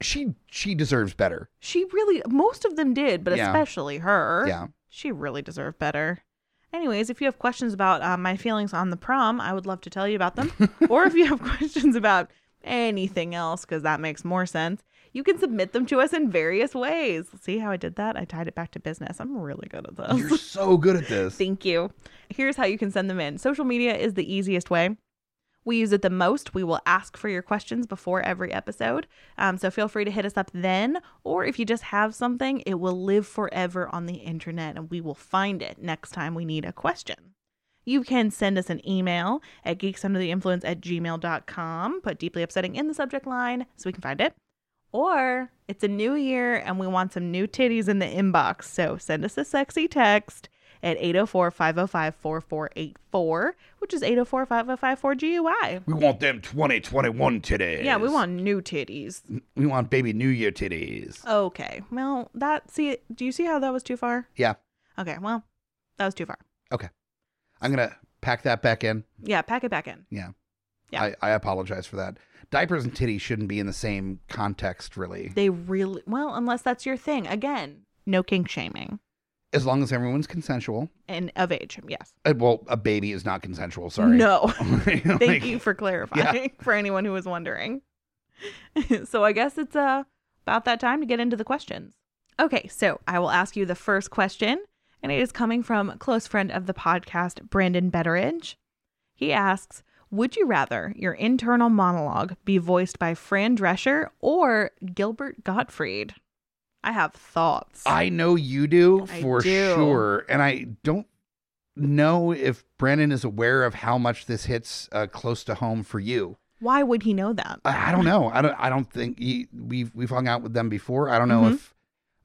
[SPEAKER 1] She she deserves better.
[SPEAKER 2] She really, most of them did, but
[SPEAKER 1] Yeah.
[SPEAKER 2] especially her.
[SPEAKER 1] Yeah.
[SPEAKER 2] She really deserved better. Anyways, if you have questions about uh, my feelings on the prom, I would love to tell you about them. or if you have questions about anything else, because that makes more sense, you can submit them to us in various ways. See how I did that? I tied it back to business. I'm really good at this.
[SPEAKER 1] You're so good at this.
[SPEAKER 2] Thank you. Here's how you can send them in social media is the easiest way. We use it the most. We will ask for your questions before every episode. Um, so feel free to hit us up then. Or if you just have something, it will live forever on the internet and we will find it next time we need a question. You can send us an email at geeksundertheinfluence at gmail.com. Put deeply upsetting in the subject line so we can find it. Or it's a new year and we want some new titties in the inbox. So send us a sexy text at 804 505 4484, which is 804 505 4GUI.
[SPEAKER 1] We want them 2021 titties.
[SPEAKER 2] Yeah, we want new titties.
[SPEAKER 1] We want baby New Year
[SPEAKER 2] Oh.
[SPEAKER 1] titties.
[SPEAKER 2] Okay. Well, that, see, do you see how that was too far?
[SPEAKER 1] Yeah.
[SPEAKER 2] Okay. Well, that was too far.
[SPEAKER 1] I'm gonna pack that back in.
[SPEAKER 2] Yeah, pack it back in. Yeah.
[SPEAKER 1] I, I apologize for that. Diapers and titties shouldn't be in the same context, really.
[SPEAKER 2] They really, well, unless that's your thing. Again, no kink shaming.
[SPEAKER 1] As long as everyone's consensual.
[SPEAKER 2] And of age, yes.
[SPEAKER 1] Uh, well, a baby is not consensual. Sorry.
[SPEAKER 2] No.
[SPEAKER 1] Like-
[SPEAKER 2] Thank you for clarifying for anyone who was wondering. so I guess it's uh, about that time to get into the questions. Okay, so I will ask you the first question, and it is coming from a close friend of the podcast, Brandon Betteridge. He asks, would you rather your internal monologue be voiced by Fran Drescher or Gilbert Gottfried? I have thoughts.
[SPEAKER 1] I know you do
[SPEAKER 2] I
[SPEAKER 1] for
[SPEAKER 2] do.
[SPEAKER 1] sure, and I don't know if Brandon is aware of how much this hits uh, close to home for you.
[SPEAKER 2] Why would he know that?
[SPEAKER 1] I, I don't know. I don't. I don't think he, we've we've hung out with them before. I don't know
[SPEAKER 2] Mhm.
[SPEAKER 1] if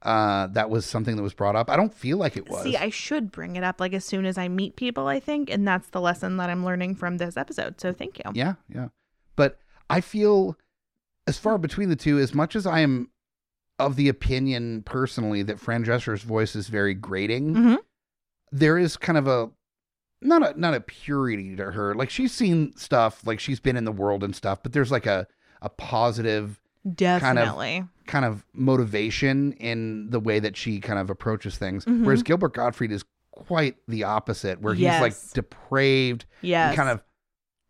[SPEAKER 1] uh, that was something that was brought up. I don't feel like it was.
[SPEAKER 2] See, I should bring it up like as soon as I meet people, I think, and that's the lesson that I'm learning from this episode. So thank you.
[SPEAKER 1] yeah, yeah. But I feel as far between the two. As much as I am of the opinion personally that Fran Drescher's voice is very grating,
[SPEAKER 2] Mhm.
[SPEAKER 1] there is kind of a not a not a purity to her. Like she's seen stuff, like she's been in the world and stuff, but there's like a a positive
[SPEAKER 2] Definitely.
[SPEAKER 1] kind of motivation in the way that she kind of approaches things.
[SPEAKER 2] Mhm.
[SPEAKER 1] Whereas Gilbert Gottfried is quite the opposite, where he's
[SPEAKER 2] Yes.
[SPEAKER 1] like depraved
[SPEAKER 2] yes.
[SPEAKER 1] and kind of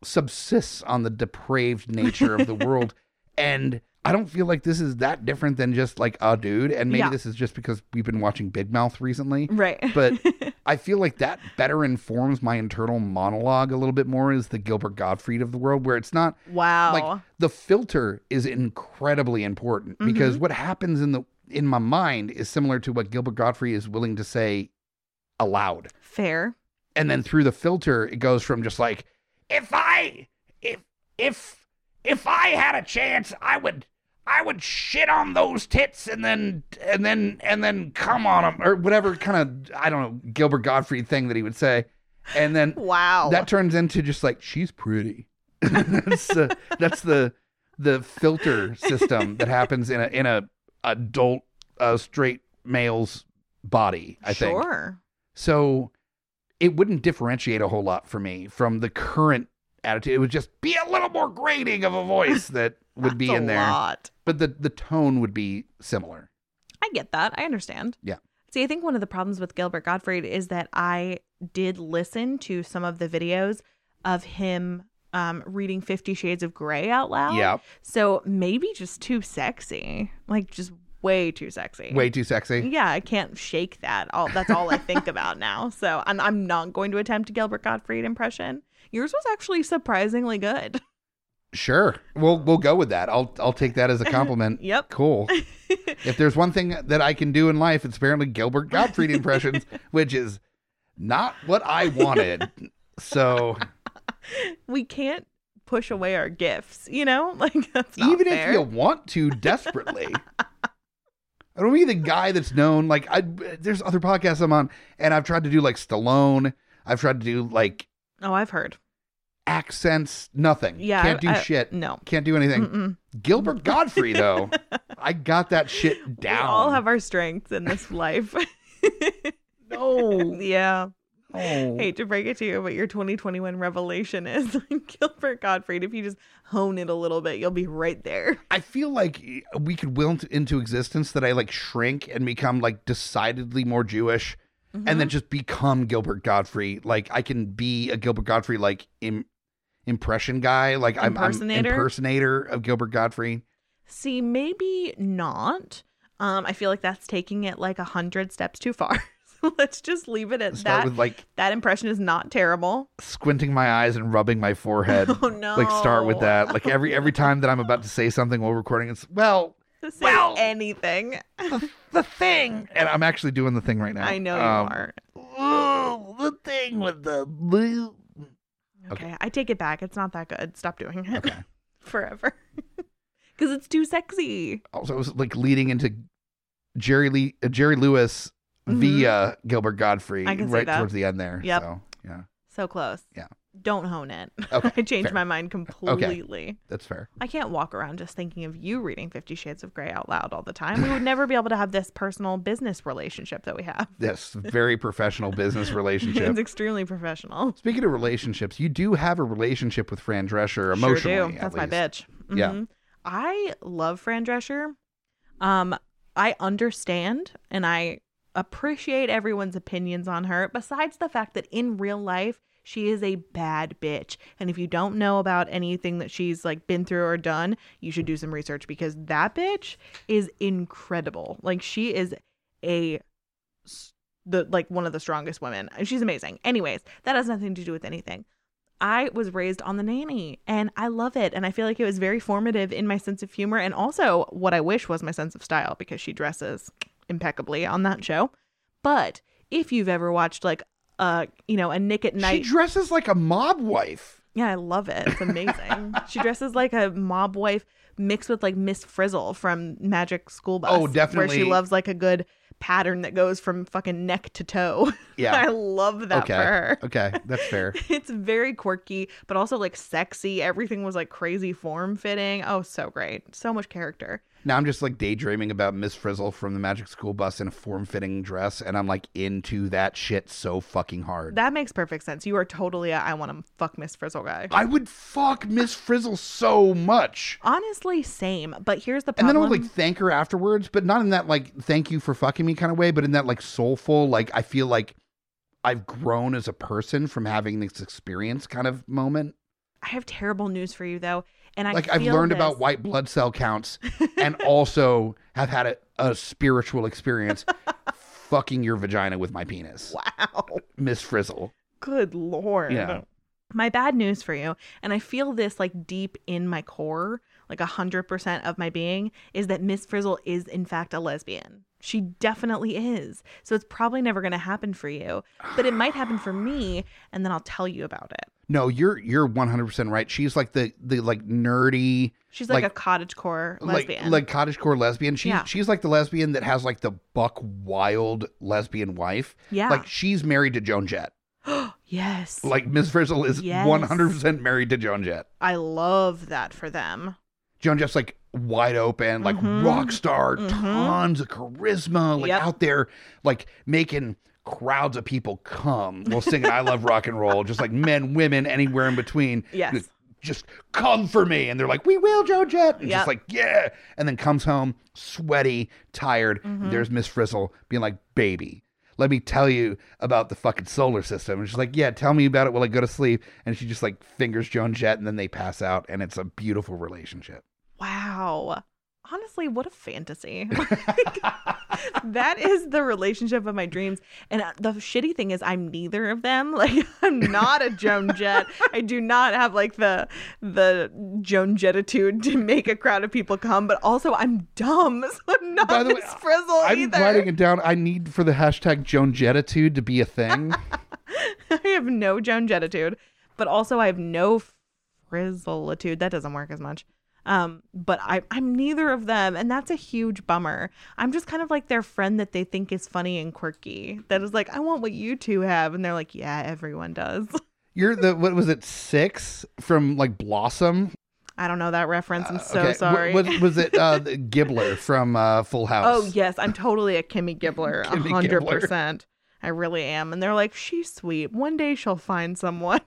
[SPEAKER 1] subsists on the depraved nature of the world. And I don't feel like this is that different than just like a dude. And maybe
[SPEAKER 2] Yeah. Mm-hmm.
[SPEAKER 1] this is just because we've been watching Big Mouth recently.
[SPEAKER 2] right.
[SPEAKER 1] But I feel like that better informs my internal monologue a little bit more is the Gilbert Gottfried of the world, where it's not
[SPEAKER 2] wow.
[SPEAKER 1] like the filter is incredibly important because what happens in the in my mind is similar to what Gilbert Godfrey is willing to say aloud.
[SPEAKER 2] Fair.
[SPEAKER 1] And then through the filter it goes from just like if I if if if I had a chance I would I would shit on those tits and then and then and then come on them or whatever kind of I don't know Gilbert Godfrey thing that he would say and then
[SPEAKER 2] Wow.
[SPEAKER 1] that turns into just like she's pretty. that's the that's the the filter system that happens in a in a adult uh, straight male's body. I think
[SPEAKER 2] sure.
[SPEAKER 1] so. It wouldn't differentiate a whole lot for me from the current attitude. It would just be a little more grating of a voice that would be
[SPEAKER 2] That's
[SPEAKER 1] in
[SPEAKER 2] a
[SPEAKER 1] there,
[SPEAKER 2] lot.
[SPEAKER 1] but the the tone would be similar.
[SPEAKER 2] I get that. I understand.
[SPEAKER 1] Yeah.
[SPEAKER 2] See, I think one of the problems with Gilbert Gottfried is that I did listen to some of the videos of him um, reading Fifty Shades of Grey out loud.
[SPEAKER 1] Yeah,
[SPEAKER 2] So maybe just too sexy. Like just way too sexy.
[SPEAKER 1] Way too sexy.
[SPEAKER 2] Yeah, I can't shake that. All that's all I think about now. So I'm I'm not going to attempt a Gilbert Gottfried impression. Yours was actually surprisingly good.
[SPEAKER 1] Sure. We'll we'll go with that. I'll I'll take that as a compliment.
[SPEAKER 2] Yep.
[SPEAKER 1] Cool. if there's one thing that I can do in life, it's apparently Gilbert Gottfried impressions, which is not what I wanted. So
[SPEAKER 2] We can't push away our gifts, you know? Like that's not
[SPEAKER 1] even
[SPEAKER 2] fair.
[SPEAKER 1] if you want to desperately. I don't mean the guy that's known. Like, I there's other podcasts I'm on, and I've tried to do like Stallone. I've tried to do like
[SPEAKER 2] Oh, I've heard.
[SPEAKER 1] accents. Nothing.
[SPEAKER 2] Yeah.
[SPEAKER 1] can't do
[SPEAKER 2] I- I-
[SPEAKER 1] shit.
[SPEAKER 2] No.
[SPEAKER 1] Can't do anything.
[SPEAKER 2] Mm-mm.
[SPEAKER 1] Gilbert Godfrey, though, I got that shit
[SPEAKER 2] We
[SPEAKER 1] down.
[SPEAKER 2] all have our strengths in this life.
[SPEAKER 1] no.
[SPEAKER 2] yeah.
[SPEAKER 1] no.
[SPEAKER 2] Hate to break it to you, but your 2021 revelation is like Gilbert Gottfried. If you just hone it a little bit, you'll be right there.
[SPEAKER 1] I feel like we could will into- into existence that I like shrink and become like decidedly more Jewish and
[SPEAKER 2] Mm-hmm.
[SPEAKER 1] then just become Gilbert Godfrey. Like I can be a Gilbert Godfrey like Im- impression guy. Like I'm, I'm
[SPEAKER 2] Impersonator?
[SPEAKER 1] impersonator of Gilbert Godfrey.
[SPEAKER 2] See, maybe not. Um, I feel like that's taking it like a hundred steps too far. so let's just leave it at
[SPEAKER 1] Start
[SPEAKER 2] that.
[SPEAKER 1] with like
[SPEAKER 2] that impression is not terrible.
[SPEAKER 1] squinting my eyes and rubbing my forehead.
[SPEAKER 2] Oh no!
[SPEAKER 1] Like start with that. Like every every time that I'm about to say something while recording, it's well
[SPEAKER 2] To say
[SPEAKER 1] Well-
[SPEAKER 2] anything.
[SPEAKER 1] the thing, and I'm actually doing the thing right now.
[SPEAKER 2] I know you
[SPEAKER 1] Um,
[SPEAKER 2] are.
[SPEAKER 1] "Oh, the thing with the blue.
[SPEAKER 2] Okay.
[SPEAKER 1] okay.
[SPEAKER 2] I take it back. It's not that good. Stop doing it
[SPEAKER 1] Okay.
[SPEAKER 2] forever. Because it's too sexy.
[SPEAKER 1] also it was like leading into Jerry Lee, uh, Jerry Lewis
[SPEAKER 2] Mhm.
[SPEAKER 1] via Gilbert Godfrey
[SPEAKER 2] I can see
[SPEAKER 1] right
[SPEAKER 2] that.
[SPEAKER 1] towards the end there.
[SPEAKER 2] Yep.
[SPEAKER 1] So yeah,
[SPEAKER 2] So close.
[SPEAKER 1] Yeah.
[SPEAKER 2] Don't hone it.
[SPEAKER 1] Okay,
[SPEAKER 2] I changed
[SPEAKER 1] fair.
[SPEAKER 2] my mind completely.
[SPEAKER 1] that's fair.
[SPEAKER 2] I can't walk around just thinking of you reading Fifty Shades of Grey out loud all the time. We would never be able to have this personal business relationship that we have.
[SPEAKER 1] Yes, very professional business
[SPEAKER 2] It's
[SPEAKER 1] relationship.
[SPEAKER 2] extremely professional.
[SPEAKER 1] Speaking of relationships, you do have a relationship with Fran Drescher emotionally.
[SPEAKER 2] Sure do.
[SPEAKER 1] at
[SPEAKER 2] That's my
[SPEAKER 1] least.
[SPEAKER 2] bitch.
[SPEAKER 1] Yeah.
[SPEAKER 2] Mhm. I love Fran Drescher. Um, I understand and I appreciate everyone's opinions on her, besides the fact that in real life, she is a bad bitch. And if you don't know about anything that she's like been through or done, you should do some research because that bitch is incredible. Like she is a s- the like one of the strongest women. She's amazing. Anyways, that has nothing to do with anything. I was raised on the nanny and I love it. And I feel like it was very formative in my sense of humor and also what I wish was my sense of style because she dresses impeccably on that show. But if you've ever watched like uh you know a Nick at
[SPEAKER 1] She
[SPEAKER 2] Night
[SPEAKER 1] dresses like a mob wife.
[SPEAKER 2] yeah, I love it. It's amazing. she dresses like a mob wife mixed with like Miss Frizzle from Magic School Bus.
[SPEAKER 1] Oh,
[SPEAKER 2] Where
[SPEAKER 1] definitely.
[SPEAKER 2] she loves like a good pattern that goes from fucking neck to toe. I
[SPEAKER 1] Yeah.
[SPEAKER 2] love that
[SPEAKER 1] okay.
[SPEAKER 2] for her.
[SPEAKER 1] Okay, that's fair.
[SPEAKER 2] It's very quirky, but also like sexy. Everything was like crazy form fitting. Oh, so great. So much character.
[SPEAKER 1] Now I'm just like daydreaming about Miss Frizzle from the Magic School Bus in a form-fitting dress, and I'm like into that shit so fucking hard.
[SPEAKER 2] That makes perfect sense. You are totally a I want to fuck Miss Frizzle guy.
[SPEAKER 1] I would fuck Miss Frizzle so much.
[SPEAKER 2] Honestly, same. But here's the
[SPEAKER 1] And then
[SPEAKER 2] problem.
[SPEAKER 1] I would like thank her afterwards, but not in that like thank you for fucking me kind of way, but in that like soulful, like I feel like I've grown as a person from having this experience kind of moment.
[SPEAKER 2] I have terrible news for you though, and I
[SPEAKER 1] like I've
[SPEAKER 2] feel
[SPEAKER 1] learned
[SPEAKER 2] this.
[SPEAKER 1] about white blood cell counts and also have had a, a spiritual experience fucking your vagina with my penis.
[SPEAKER 2] Wow.
[SPEAKER 1] Miss Frizzle.
[SPEAKER 2] Good lord.
[SPEAKER 1] Yeah.
[SPEAKER 2] My bad news for you, and I feel this like deep in my core, like 100% of my being, is that Miss Frizzle is in fact a lesbian. She definitely is. So it's probably never going to happen for you, but it might happen for me, and then I'll tell you about it.
[SPEAKER 1] No, you're you're 100% right. She's like the the like nerdy
[SPEAKER 2] She's like,
[SPEAKER 1] Like-
[SPEAKER 2] a cottage core lesbian.
[SPEAKER 1] Like, like cottagecore lesbian. She's
[SPEAKER 2] Yeah.
[SPEAKER 1] she's like the lesbian that has like the buck wild lesbian wife.
[SPEAKER 2] yeah.
[SPEAKER 1] Like she's married to Joan Jett.
[SPEAKER 2] yes.
[SPEAKER 1] Like Miss Frizzle is
[SPEAKER 2] Yes.
[SPEAKER 1] one hundred percent married to Joan Jett.
[SPEAKER 2] I love that for them.
[SPEAKER 1] Joan Jett's like wide open, like
[SPEAKER 2] Mhm.
[SPEAKER 1] rock star,
[SPEAKER 2] Mhm.
[SPEAKER 1] tons of charisma, like
[SPEAKER 2] Yep.
[SPEAKER 1] out there, like making crowds of people come while singing I Love Rock and Roll, just like men, women, anywhere in between.
[SPEAKER 2] Yes.
[SPEAKER 1] just come for me. And they're like, we will, Joe Jet. And
[SPEAKER 2] Yep.
[SPEAKER 1] just like, yeah. And then comes home, sweaty, tired.
[SPEAKER 2] Mhm.
[SPEAKER 1] There's Miss Frizzle being like, baby, let me tell you about the fucking solar system. And she's like, yeah, tell me about it while I go to sleep. And she just like fingers Joan Jett and then they pass out. And it's a beautiful relationship.
[SPEAKER 2] Wow. honestly, what a fantasy. that is the relationship of my dreams. And uh, the shitty thing is, I'm neither of them. Like, I'm not a Joan Jett. I do not have like the the Joan Jettitude to make a crowd of people come. But also, I'm dumb, so I'm not
[SPEAKER 1] By the way,
[SPEAKER 2] Miss Frizzle
[SPEAKER 1] I'm
[SPEAKER 2] either.
[SPEAKER 1] writing it down. I need for the hashtag Joan Jettitude to be a thing.
[SPEAKER 2] I have no Joan Jettitude, but also I have no frizzlitude. That doesn't work as much. Um, but I, I'm neither of them, and that's a huge bummer. I'm just kind of like their friend that they think is funny and quirky. That is like, I want what you two have, and they're like, Yeah, everyone does.
[SPEAKER 1] You're the what was it six from like Blossom?
[SPEAKER 2] I don't know that reference. I'm so
[SPEAKER 1] Uh, Okay. Wh-
[SPEAKER 2] sorry.
[SPEAKER 1] What was it uh, the Gibbler from uh, Full House?
[SPEAKER 2] Oh yes, I'm totally a Kimmy Gibbler, a
[SPEAKER 1] Kimmy
[SPEAKER 2] hundred
[SPEAKER 1] Gibbler.
[SPEAKER 2] percent. I really am. And they're like, She's sweet. One day she'll find someone.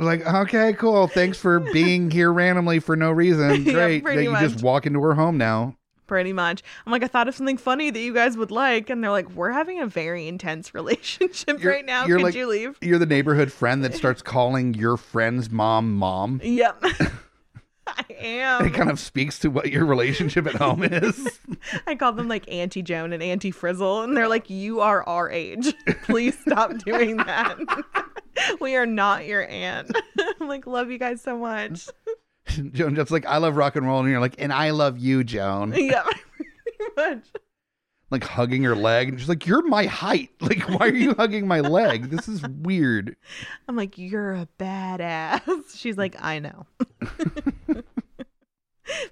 [SPEAKER 1] Like okay, cool. Thanks for being here randomly for no reason.
[SPEAKER 2] Yeah,
[SPEAKER 1] Great
[SPEAKER 2] pretty
[SPEAKER 1] that you just
[SPEAKER 2] much.
[SPEAKER 1] walk into her home now.
[SPEAKER 2] pretty much. I'm like, I thought of something funny that you guys would like, and they're like, we're having a very intense relationship
[SPEAKER 1] You're-
[SPEAKER 2] right now.
[SPEAKER 1] you're
[SPEAKER 2] Could
[SPEAKER 1] like-
[SPEAKER 2] you leave?
[SPEAKER 1] You're the neighborhood friend that starts calling your friend's mom mom.
[SPEAKER 2] Yep. I
[SPEAKER 1] It
[SPEAKER 2] am.
[SPEAKER 1] kind of speaks to what your relationship at home is.
[SPEAKER 2] I call them like Auntie Joan and Auntie Frizzle, and they're like, "You are our age. Please stop doing that. we are not your aunt." I'm like, "Love you guys so much."
[SPEAKER 1] Joan Jett's like, I love rock and roll, and you're like, and I love you, Joan.
[SPEAKER 2] yeah, pretty much.
[SPEAKER 1] Like hugging her leg, and she's like, You're my height. Like, why are you hugging my leg? This is weird.
[SPEAKER 2] I'm like, you're a badass. She's like, I know.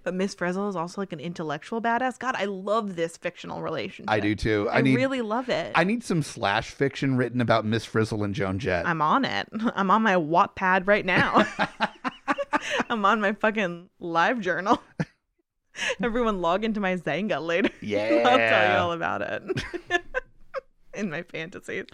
[SPEAKER 2] but Miss Frizzle is also like an intellectual badass. God, I love this fictional relationship.
[SPEAKER 1] I do too.
[SPEAKER 2] I,
[SPEAKER 1] I need
[SPEAKER 2] really love it.
[SPEAKER 1] I need some slash fiction written about Miss Frizzle and Joan Jett.
[SPEAKER 2] I'm on it. I'm on my Wattpad right now. I'm on my fucking live journal. Everyone log into my Zanga later. I'll tell you
[SPEAKER 1] Yeah.
[SPEAKER 2] all about it. In my fantasies.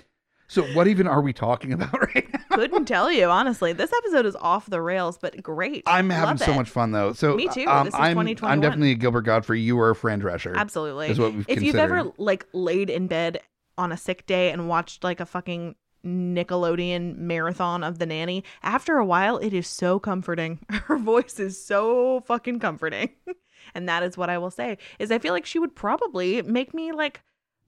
[SPEAKER 1] So what even are we talking about right now?
[SPEAKER 2] Couldn't tell you, honestly. This episode is off the rails, but great.
[SPEAKER 1] I'm having
[SPEAKER 2] Love
[SPEAKER 1] so
[SPEAKER 2] it.
[SPEAKER 1] much fun though. So
[SPEAKER 2] Me too.
[SPEAKER 1] Um,
[SPEAKER 2] This is
[SPEAKER 1] I'm, I'm
[SPEAKER 2] 2021.
[SPEAKER 1] definitely a Gilbert Godfrey. You were a friend Drescher.
[SPEAKER 2] Absolutely.
[SPEAKER 1] Is what we've
[SPEAKER 2] if you've ever
[SPEAKER 1] considered.
[SPEAKER 2] like laid in bed on a sick day and watched like a fucking Nickelodeon marathon of the nanny, after a while it is so comforting. Her voice is so fucking comforting. and that is what I will say is I feel like she would probably make me like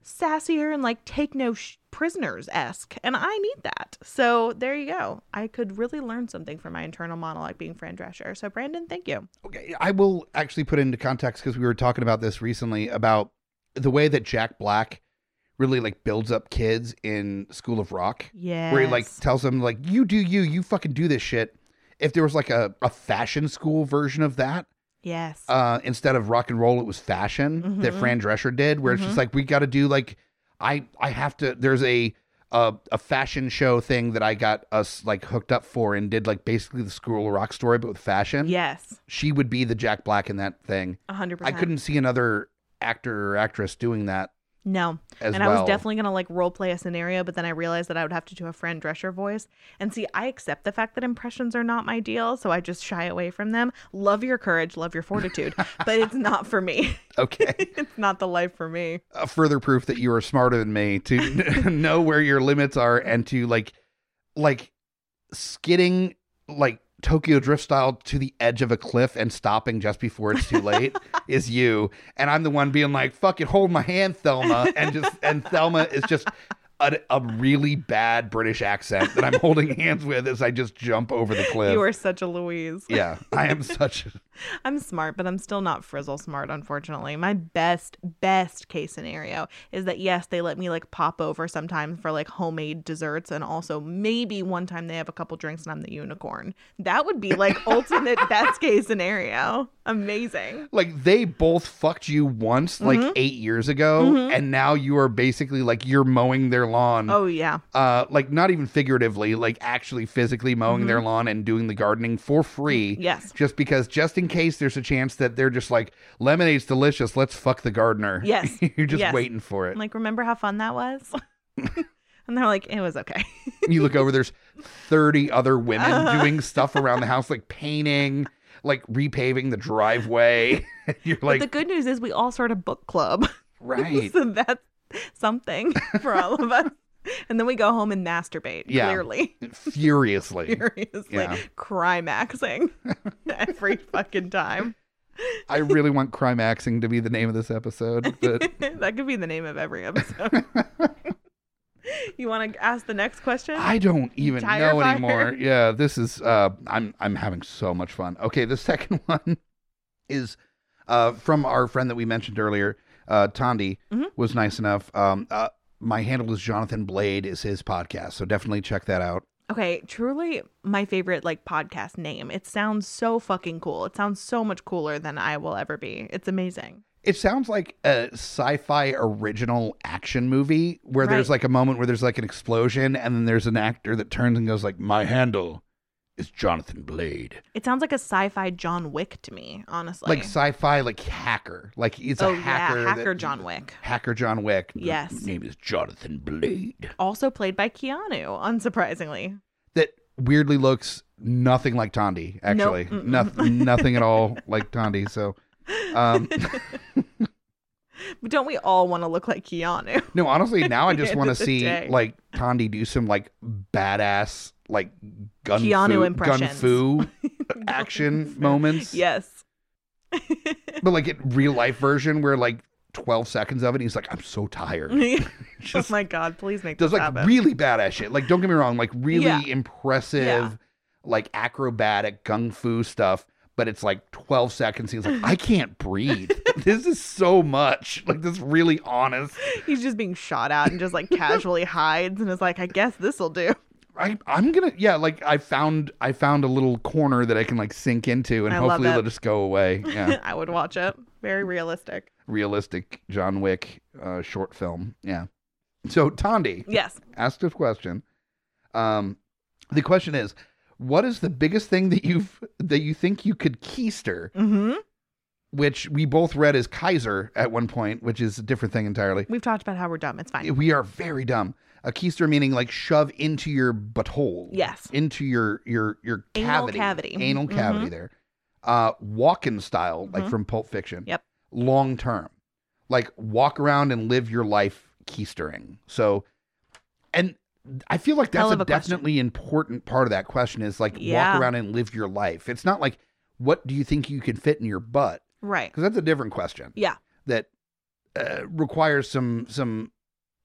[SPEAKER 2] sassier and like take no sh- prisoners esque and I need that. So there you go. I could really learn something from my internal monologue being Fran Drescher. So Brandon, thank you.
[SPEAKER 1] Okay, I will actually put into context because we were talking about this recently about the way that Jack Black really like builds up kids in School of Rock.
[SPEAKER 2] Yeah.
[SPEAKER 1] where he like tells them like you do you you fucking do this shit if there was like a, a fashion school version of that
[SPEAKER 2] yes.
[SPEAKER 1] uh instead of rock and roll it was fashion that
[SPEAKER 2] Mhm.
[SPEAKER 1] fran drescher did where it's just
[SPEAKER 2] Mhm.
[SPEAKER 1] like we gotta do like i i have to there's a a, a fashion show thing that i got us like hooked up for and did like basically the school of rock story but with fashion
[SPEAKER 2] yes.
[SPEAKER 1] she would be the jack black in that thing
[SPEAKER 2] 100%.
[SPEAKER 1] i couldn't see another actor or actress doing that
[SPEAKER 2] No.
[SPEAKER 1] as
[SPEAKER 2] and
[SPEAKER 1] well
[SPEAKER 2] I was definitely going to like role play a scenario, but then I realized that I would have to do a friend Drescher voice. And see, I accept the fact that impressions are not my deal, so I just shy away from them. Love your courage, love your fortitude, but it's not for me.
[SPEAKER 1] okay
[SPEAKER 2] it's not the life for me.
[SPEAKER 1] a further proof that you are smarter than me to know where your limits are and to like like skidding like Tokyo drift style to the edge of a cliff and stopping just before it's too late is you and I'm the one being like fucking hold my hand Thelma and just and Thelma is just a, a really bad British accent that I'm holding hands with as I just jump over the cliff.
[SPEAKER 2] You are such a Louise.
[SPEAKER 1] yeah, I am such a
[SPEAKER 2] I'm smart, but I'm still not frizzle smart, unfortunately. My best, best case scenario is that yes, they let me like pop over sometimes for like homemade desserts, and also maybe one time they have a couple drinks and I'm the unicorn. That would be like ultimate best case scenario. Amazing.
[SPEAKER 1] like they both fucked you once
[SPEAKER 2] Mm-hmm.
[SPEAKER 1] like eight years ago and now you are basically like you're mowing their lawn
[SPEAKER 2] Oh, yeah.
[SPEAKER 1] uh like not even figuratively like actually physically mowing their lawn and doing the gardening for free
[SPEAKER 2] Mm-hmm. Yes.
[SPEAKER 1] just because just in case there's a chance that they're just like lemonade's delicious let's fuck the gardener
[SPEAKER 2] Yes.
[SPEAKER 1] you're just
[SPEAKER 2] Yes.
[SPEAKER 1] waiting for it
[SPEAKER 2] I'm like, remember how fun that was? and they're like, it was okay.
[SPEAKER 1] you look over there's 30 other women doing stuff around the house like painting like repaving the driveway you're
[SPEAKER 2] but the
[SPEAKER 1] like
[SPEAKER 2] good news is we all start a book club.
[SPEAKER 1] right
[SPEAKER 2] so that's something for all of us. And then we go home and masturbate,
[SPEAKER 1] Yeah.
[SPEAKER 2] clearly.
[SPEAKER 1] furiously
[SPEAKER 2] furiously
[SPEAKER 1] Yeah.
[SPEAKER 2] crimaxing every fucking time.
[SPEAKER 1] I really want crime axing to be the name of this episode, but
[SPEAKER 2] that could be the name of every episode. you want to ask the next question?
[SPEAKER 1] I don't even
[SPEAKER 2] Tire
[SPEAKER 1] know
[SPEAKER 2] fire.
[SPEAKER 1] anymore. Yeah, this is uh I'm I'm having so much fun. Okay, the second one is uh from our friend that we mentioned earlier. Uh Tondi
[SPEAKER 2] Mhm.
[SPEAKER 1] was nice enough. Um uh, my handle is Jonathan Blade is his podcast, so definitely check that out.
[SPEAKER 2] Okay, truly my favorite like podcast name. It sounds so fucking cool. It sounds so much cooler than I will ever be. It's amazing.
[SPEAKER 1] It sounds like a sci-fi original action movie where there's
[SPEAKER 2] Right.
[SPEAKER 1] like a moment where there's like an explosion and then there's an actor that turns and goes like, "My handle is Jonathan Blade."
[SPEAKER 2] It sounds like a sci-fi John Wick to me, honestly.
[SPEAKER 1] Like sci-fi like hacker. Like he's
[SPEAKER 2] oh
[SPEAKER 1] a hacker.
[SPEAKER 2] yeah,
[SPEAKER 1] that-
[SPEAKER 2] hacker John Wick.
[SPEAKER 1] Hacker John Wick. The
[SPEAKER 2] Yes.
[SPEAKER 1] name is Jonathan Blade.
[SPEAKER 2] Also played by Keanu, unsurprisingly.
[SPEAKER 1] That weirdly looks nothing like Tondi, actually.
[SPEAKER 2] mm-mm.
[SPEAKER 1] Nothing nothing at all like Tondi. So um
[SPEAKER 2] But don't we all want to look like Keanu?
[SPEAKER 1] no, honestly, now I
[SPEAKER 2] At the
[SPEAKER 1] just
[SPEAKER 2] end
[SPEAKER 1] want to
[SPEAKER 2] of the
[SPEAKER 1] see
[SPEAKER 2] day.
[SPEAKER 1] like Tondi do some like badass like gun
[SPEAKER 2] Keanu
[SPEAKER 1] fu, gun
[SPEAKER 2] impressions.
[SPEAKER 1] fu action moments.
[SPEAKER 2] yes.
[SPEAKER 1] But like in real life version where like 12 seconds of it he's like I'm so tired.
[SPEAKER 2] oh
[SPEAKER 1] Just
[SPEAKER 2] my god, please make
[SPEAKER 1] does
[SPEAKER 2] this
[SPEAKER 1] like
[SPEAKER 2] happen.
[SPEAKER 1] really badass shit. Like, don't get me wrong, like really
[SPEAKER 2] Yeah.
[SPEAKER 1] impressive,
[SPEAKER 2] Yeah.
[SPEAKER 1] like acrobatic gung fu stuff. But it's like 12 seconds. He's like, I can't breathe. this is so much. Like, this really honest.
[SPEAKER 2] He's just being shot at and just like casually hides and is like, I guess this'll do.
[SPEAKER 1] I, I'm gonna, yeah. Like, I found, I found a little corner that I can like sink into, and
[SPEAKER 2] I love
[SPEAKER 1] hopefully
[SPEAKER 2] it.
[SPEAKER 1] it'll just go away. Yeah,
[SPEAKER 2] I would watch it. Very realistic.
[SPEAKER 1] realistic John Wick uh, short film. Yeah. So Tondi,
[SPEAKER 2] Yes.
[SPEAKER 1] asked a question. Um, the question is, what is the biggest thing that you've that you think you could keister?
[SPEAKER 2] Mm-hmm.
[SPEAKER 1] Which we both read as Kaiser at one point, which is a different thing entirely.
[SPEAKER 2] We've talked about how we're dumb. It's fine.
[SPEAKER 1] We are very dumb. A keister meaning like shove into your butthole.
[SPEAKER 2] Yes.
[SPEAKER 1] Into your your your
[SPEAKER 2] Anal
[SPEAKER 1] cavity.
[SPEAKER 2] cavity.
[SPEAKER 1] Anal
[SPEAKER 2] Mhm.
[SPEAKER 1] cavity there. Uh walk-in style, like
[SPEAKER 2] Mhm.
[SPEAKER 1] from Pulp Fiction.
[SPEAKER 2] Yep.
[SPEAKER 1] Long term. Like walk around and live your life keistering. So and I feel like that's
[SPEAKER 2] Hell
[SPEAKER 1] a,
[SPEAKER 2] of a question.
[SPEAKER 1] definitely important part of that question is like
[SPEAKER 2] Yeah.
[SPEAKER 1] walk around and live your life. It's not like what do you think you can fit in your butt?
[SPEAKER 2] Right.
[SPEAKER 1] because that's a different question.
[SPEAKER 2] Yeah.
[SPEAKER 1] that uh, requires some some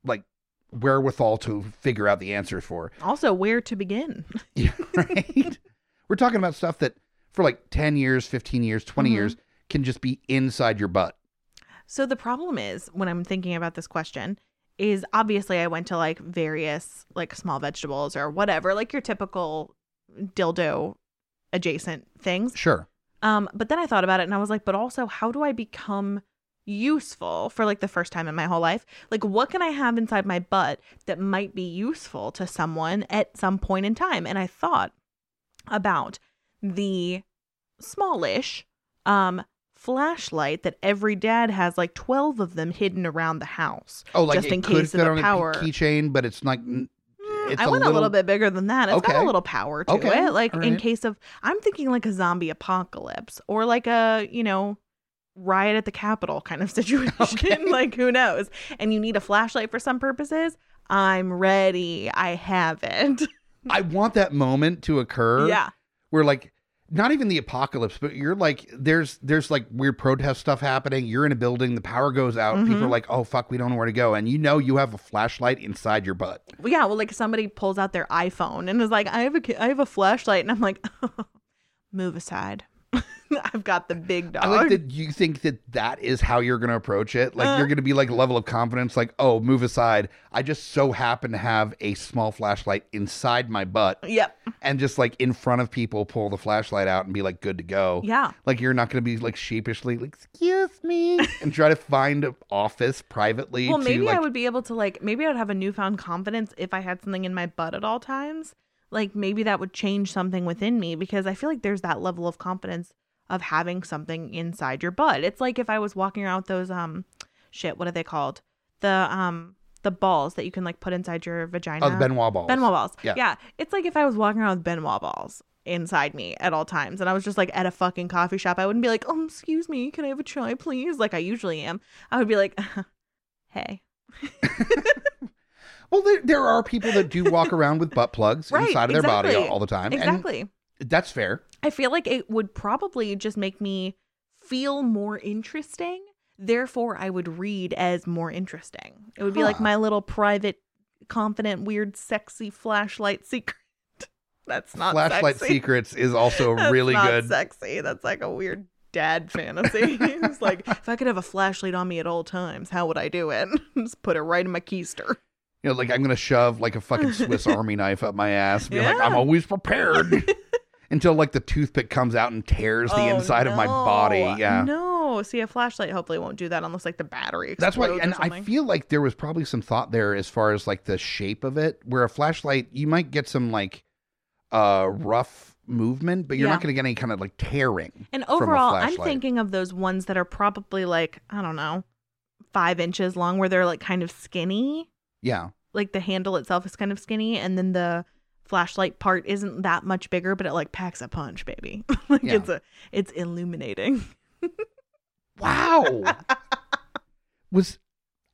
[SPEAKER 1] like wherewithal to figure out the answer for.
[SPEAKER 2] Also, where to begin?
[SPEAKER 1] Yeah, right. We're talking about stuff that for like ten years, fifteen years, 20
[SPEAKER 2] Mhm.
[SPEAKER 1] years can just be inside your butt.
[SPEAKER 2] So the problem is when I'm thinking about this question is obviously I went to like various like small vegetables or whatever, like your typical dildo adjacent things.
[SPEAKER 1] Sure.
[SPEAKER 2] Um, but then I thought about it and I was like, but also, how do I become useful for like the first time in my whole life? Like, what can I have inside my butt that might be useful to someone at some point in time? And I thought about the smallish um, flashlight that every dad has, like 12 of them hidden around the house.
[SPEAKER 1] Oh, like
[SPEAKER 2] Just
[SPEAKER 1] it
[SPEAKER 2] in
[SPEAKER 1] could
[SPEAKER 2] case of
[SPEAKER 1] fit
[SPEAKER 2] the
[SPEAKER 1] on
[SPEAKER 2] power.
[SPEAKER 1] a key- keychain, but it's like n-
[SPEAKER 2] Mm,
[SPEAKER 1] It's
[SPEAKER 2] I
[SPEAKER 1] a
[SPEAKER 2] went a little
[SPEAKER 1] little-
[SPEAKER 2] bit bigger than that. It's got
[SPEAKER 1] Okay.
[SPEAKER 2] a little power to
[SPEAKER 1] Okay.
[SPEAKER 2] it, like
[SPEAKER 1] All
[SPEAKER 2] in
[SPEAKER 1] right.
[SPEAKER 2] case of I'm thinking like a zombie apocalypse or like a you know riot at the Capitol kind of situation. like who knows? And you need a flashlight for some purposes. I'm ready. I have it.
[SPEAKER 1] I want that moment to occur.
[SPEAKER 2] Mm. yeah,
[SPEAKER 1] where like not even the apocalypse, but you're like there's there's like weird protest stuff happening. You're in a building, the power goes out, people are
[SPEAKER 2] Mhm.
[SPEAKER 1] like, oh fuck, we don't know where to go, and you know you have a flashlight inside your butt.
[SPEAKER 2] Well, yeah. Well, like somebody pulls out their iPhone and is like, I have a ki- I have a flashlight, and I'm like, move aside. I've got the big dog.
[SPEAKER 1] I like that you think that that is how you're going to approach it. Like
[SPEAKER 2] Uh.
[SPEAKER 1] you're going to be like level of confidence, like oh move aside. I just so happen to have a small flashlight inside my butt,
[SPEAKER 2] Yep.
[SPEAKER 1] and just like in front of people, pull the flashlight out and be like good to go.
[SPEAKER 2] Yeah.
[SPEAKER 1] Like you're not going to be like sheepishly like excuse me and try to find an office privately.
[SPEAKER 2] Well,
[SPEAKER 1] to,
[SPEAKER 2] maybe
[SPEAKER 1] like,
[SPEAKER 2] I would be able to like maybe I'd have a newfound confidence if I had something in my butt at all times. Like maybe that would change something within me because I feel like there's that level of confidence of having something inside your butt. It's like if I was walking around with those um shit, what are they called? The um the balls that you can like put inside your vagina.
[SPEAKER 1] Oh, the Benoit balls.
[SPEAKER 2] Benoit balls.
[SPEAKER 1] Yeah.
[SPEAKER 2] Yeah. It's like if I was walking around with Benoit balls inside me at all times and I was just like at a fucking coffee shop, I wouldn't be like, oh, excuse me, can I have a chai, please? Like I usually am. I would be like, hey.
[SPEAKER 1] Well, there, there are people that do walk around with butt plugs
[SPEAKER 2] Right,
[SPEAKER 1] inside of their body
[SPEAKER 2] exactly.
[SPEAKER 1] all, all the time,
[SPEAKER 2] Exactly.
[SPEAKER 1] and that's fair.
[SPEAKER 2] I feel like it would probably just make me feel more interesting. Therefore, I would read as more interesting. It would be like
[SPEAKER 1] Huh.
[SPEAKER 2] my little private, confident, weird, sexy flashlight secret. That's not
[SPEAKER 1] Flashlight
[SPEAKER 2] sexy.
[SPEAKER 1] Secrets is also
[SPEAKER 2] That's
[SPEAKER 1] really
[SPEAKER 2] not
[SPEAKER 1] good.
[SPEAKER 2] Sexy. That's like a weird dad fantasy. it's like if I could have a flashlight on me at all times, how would I do it? Just put it right in my keister.
[SPEAKER 1] You know, like I'm gonna shove like a fucking Swiss Army knife up my ass. Be like,
[SPEAKER 2] Yeah.
[SPEAKER 1] I'm always prepared. Until like the toothpick comes out and tears the
[SPEAKER 2] Oh,
[SPEAKER 1] inside of my body.
[SPEAKER 2] no.
[SPEAKER 1] Yeah.
[SPEAKER 2] No. See, a flashlight hopefully won't do that unless like the battery.
[SPEAKER 1] That's why,
[SPEAKER 2] explodes or
[SPEAKER 1] and I
[SPEAKER 2] something.
[SPEAKER 1] feel like there was probably some thought there as far as like the shape of it, where a flashlight, you might get some like uh rough movement, but you're not
[SPEAKER 2] Yeah.
[SPEAKER 1] going to get any kind of like tearing.
[SPEAKER 2] And
[SPEAKER 1] a
[SPEAKER 2] overall, I'm
[SPEAKER 1] flashlight.
[SPEAKER 2] thinking of those ones that are probably like I don't know, five inches long, where they're like kind of skinny.
[SPEAKER 1] Yeah.
[SPEAKER 2] Like the handle itself is kind of skinny, and then the flashlight part isn't that much bigger, but it like packs a punch, baby. like
[SPEAKER 1] Yeah.
[SPEAKER 2] it's a, it's illuminating.
[SPEAKER 1] Wow. was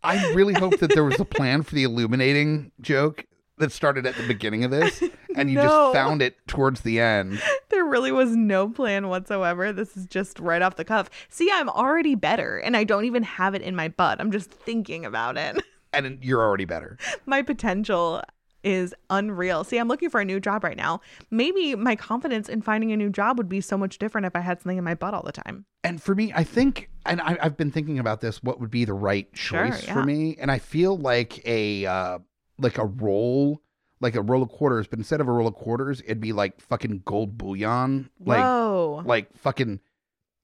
[SPEAKER 1] I really hope that there was a plan for the illuminating joke that started at the beginning of this and you
[SPEAKER 2] No.
[SPEAKER 1] just found it towards the end.
[SPEAKER 2] There really was no plan whatsoever. This is just right off the cuff. See, I'm already better, and I don't even have it in my butt. I'm just thinking about it.
[SPEAKER 1] And you're already better.
[SPEAKER 2] my potential is unreal. See, I'm looking for a new job right now. Maybe my confidence in finding a new job would be so much different if I had something in my butt all the time.
[SPEAKER 1] And for me, I think, and I, I've been thinking about this, what would be the right
[SPEAKER 2] Sure,
[SPEAKER 1] choice for
[SPEAKER 2] yeah.
[SPEAKER 1] me? And I feel like a uh, like a roll, like a roll of quarters, but instead of a roll of quarters, it'd be like fucking gold bullion, like
[SPEAKER 2] Whoa.
[SPEAKER 1] like fucking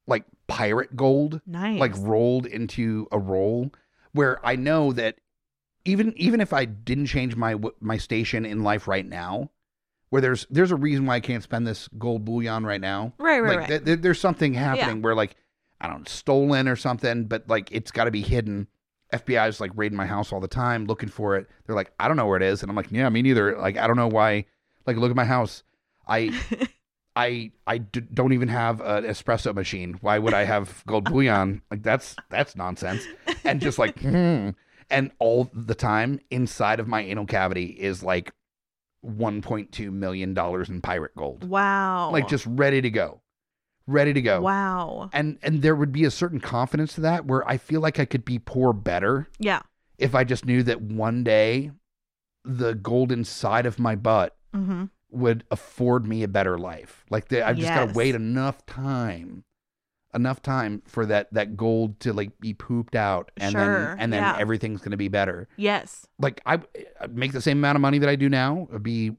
[SPEAKER 1] like pirate gold,
[SPEAKER 2] nice.
[SPEAKER 1] like rolled into a roll. Where I know that even even if I didn't change my w- my station in life right now, where there's there's a reason why I can't spend this gold bullion right now
[SPEAKER 2] right, right,
[SPEAKER 1] like
[SPEAKER 2] right.
[SPEAKER 1] th- th- there's something happening where like I don't know, stolen or something, but like it's got to be hidden. FBI is like raiding my house all the time looking for it. They're like, I don't know where it is, and I'm like, yeah, me neither. Like I don't know why. Like look at my house. I I I d- don't even have an espresso machine. Why would I have gold bullion? Like that's that's nonsense. And just like hmm. And all the time inside of my anal cavity is like 1.2 million dollars in pirate gold
[SPEAKER 2] wow.
[SPEAKER 1] like just ready to go ready to go
[SPEAKER 2] Wow.
[SPEAKER 1] and and there would be a certain confidence to that where i feel like i could be poor better
[SPEAKER 2] Yeah.
[SPEAKER 1] if i just knew that one day the gold inside of my butt
[SPEAKER 2] Mm-hmm.
[SPEAKER 1] would afford me a better life like the, i've just got
[SPEAKER 2] Yes.
[SPEAKER 1] to wait enough time enough time for that that gold to like be pooped out and
[SPEAKER 2] Sure,
[SPEAKER 1] then and then
[SPEAKER 2] yeah.
[SPEAKER 1] everything's going to be better
[SPEAKER 2] Yes.
[SPEAKER 1] like I I'd make the same amount of money that i do now I'd be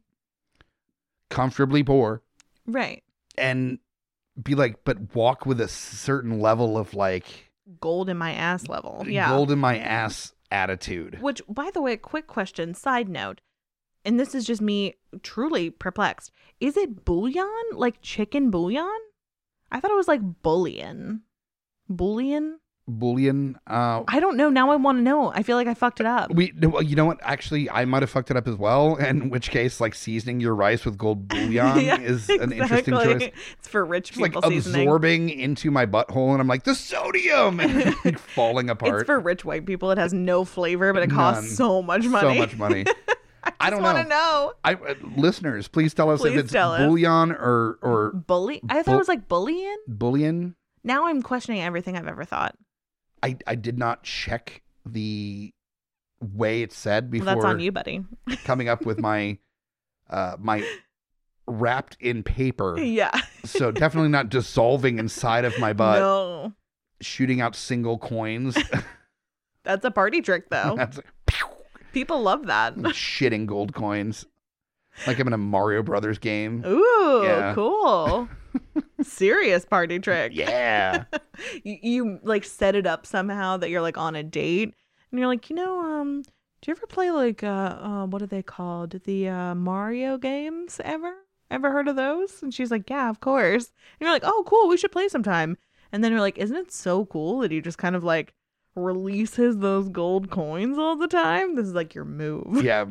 [SPEAKER 1] comfortably poor
[SPEAKER 2] Right.
[SPEAKER 1] and be like, but walk with a certain level of like
[SPEAKER 2] Gold in my ass level. Yeah.
[SPEAKER 1] gold in my ass attitude.
[SPEAKER 2] Which, by the way, quick question, side note, and this is just me truly perplexed. Is it bouillon? Like chicken bouillon? I thought it was like bullion. Bullion?
[SPEAKER 1] Bullion. Uh,
[SPEAKER 2] I don't know. Now I want to know. I feel like I fucked it up.
[SPEAKER 1] we no, well, you know what? Actually, I might have fucked it up as well. In which case, like seasoning your rice with gold bullion
[SPEAKER 2] Yeah,
[SPEAKER 1] is an interesting
[SPEAKER 2] exactly.
[SPEAKER 1] choice.
[SPEAKER 2] It's for rich
[SPEAKER 1] It's like
[SPEAKER 2] people seasoning.
[SPEAKER 1] absorbing into my butthole, and I'm like the sodium, and like falling apart.
[SPEAKER 2] It's for rich white people. It has no flavor, but it costs
[SPEAKER 1] None.
[SPEAKER 2] so much money.
[SPEAKER 1] so much money. I,
[SPEAKER 2] I
[SPEAKER 1] don't
[SPEAKER 2] just want
[SPEAKER 1] know.
[SPEAKER 2] to know.
[SPEAKER 1] I uh, listeners, please tell us
[SPEAKER 2] Please
[SPEAKER 1] if it's
[SPEAKER 2] tell us.
[SPEAKER 1] bullion or or
[SPEAKER 2] Bully? I thought
[SPEAKER 1] Bull-
[SPEAKER 2] it was like bullion.
[SPEAKER 1] bullion.
[SPEAKER 2] Now I'm questioning everything I've ever thought.
[SPEAKER 1] I I did not check the way it's said
[SPEAKER 2] Well,
[SPEAKER 1] before
[SPEAKER 2] that's on you, buddy.
[SPEAKER 1] coming up with my uh my wrapped in paper.
[SPEAKER 2] Yeah.
[SPEAKER 1] So definitely not dissolving inside of my butt,
[SPEAKER 2] no.
[SPEAKER 1] shooting out single coins.
[SPEAKER 2] That's a party trick, though.
[SPEAKER 1] That's like, pew,
[SPEAKER 2] People love that.
[SPEAKER 1] shitting gold coins. Like I'm in a Mario Brothers game.
[SPEAKER 2] Oh, Ooh,
[SPEAKER 1] Yeah.
[SPEAKER 2] cool. Serious party trick.
[SPEAKER 1] Yeah.
[SPEAKER 2] You, you like set it up somehow that you're like on a date and you're like, you know, um, do you ever play like uh, uh what are they called? The uh Mario games ever? Ever heard of those? And she's like, Yeah, of course. And you're like, Oh, cool, we should play sometime. And then you're like, Isn't it so cool that he just kind of like releases those gold coins all the time? This is like your move.
[SPEAKER 1] Yeah.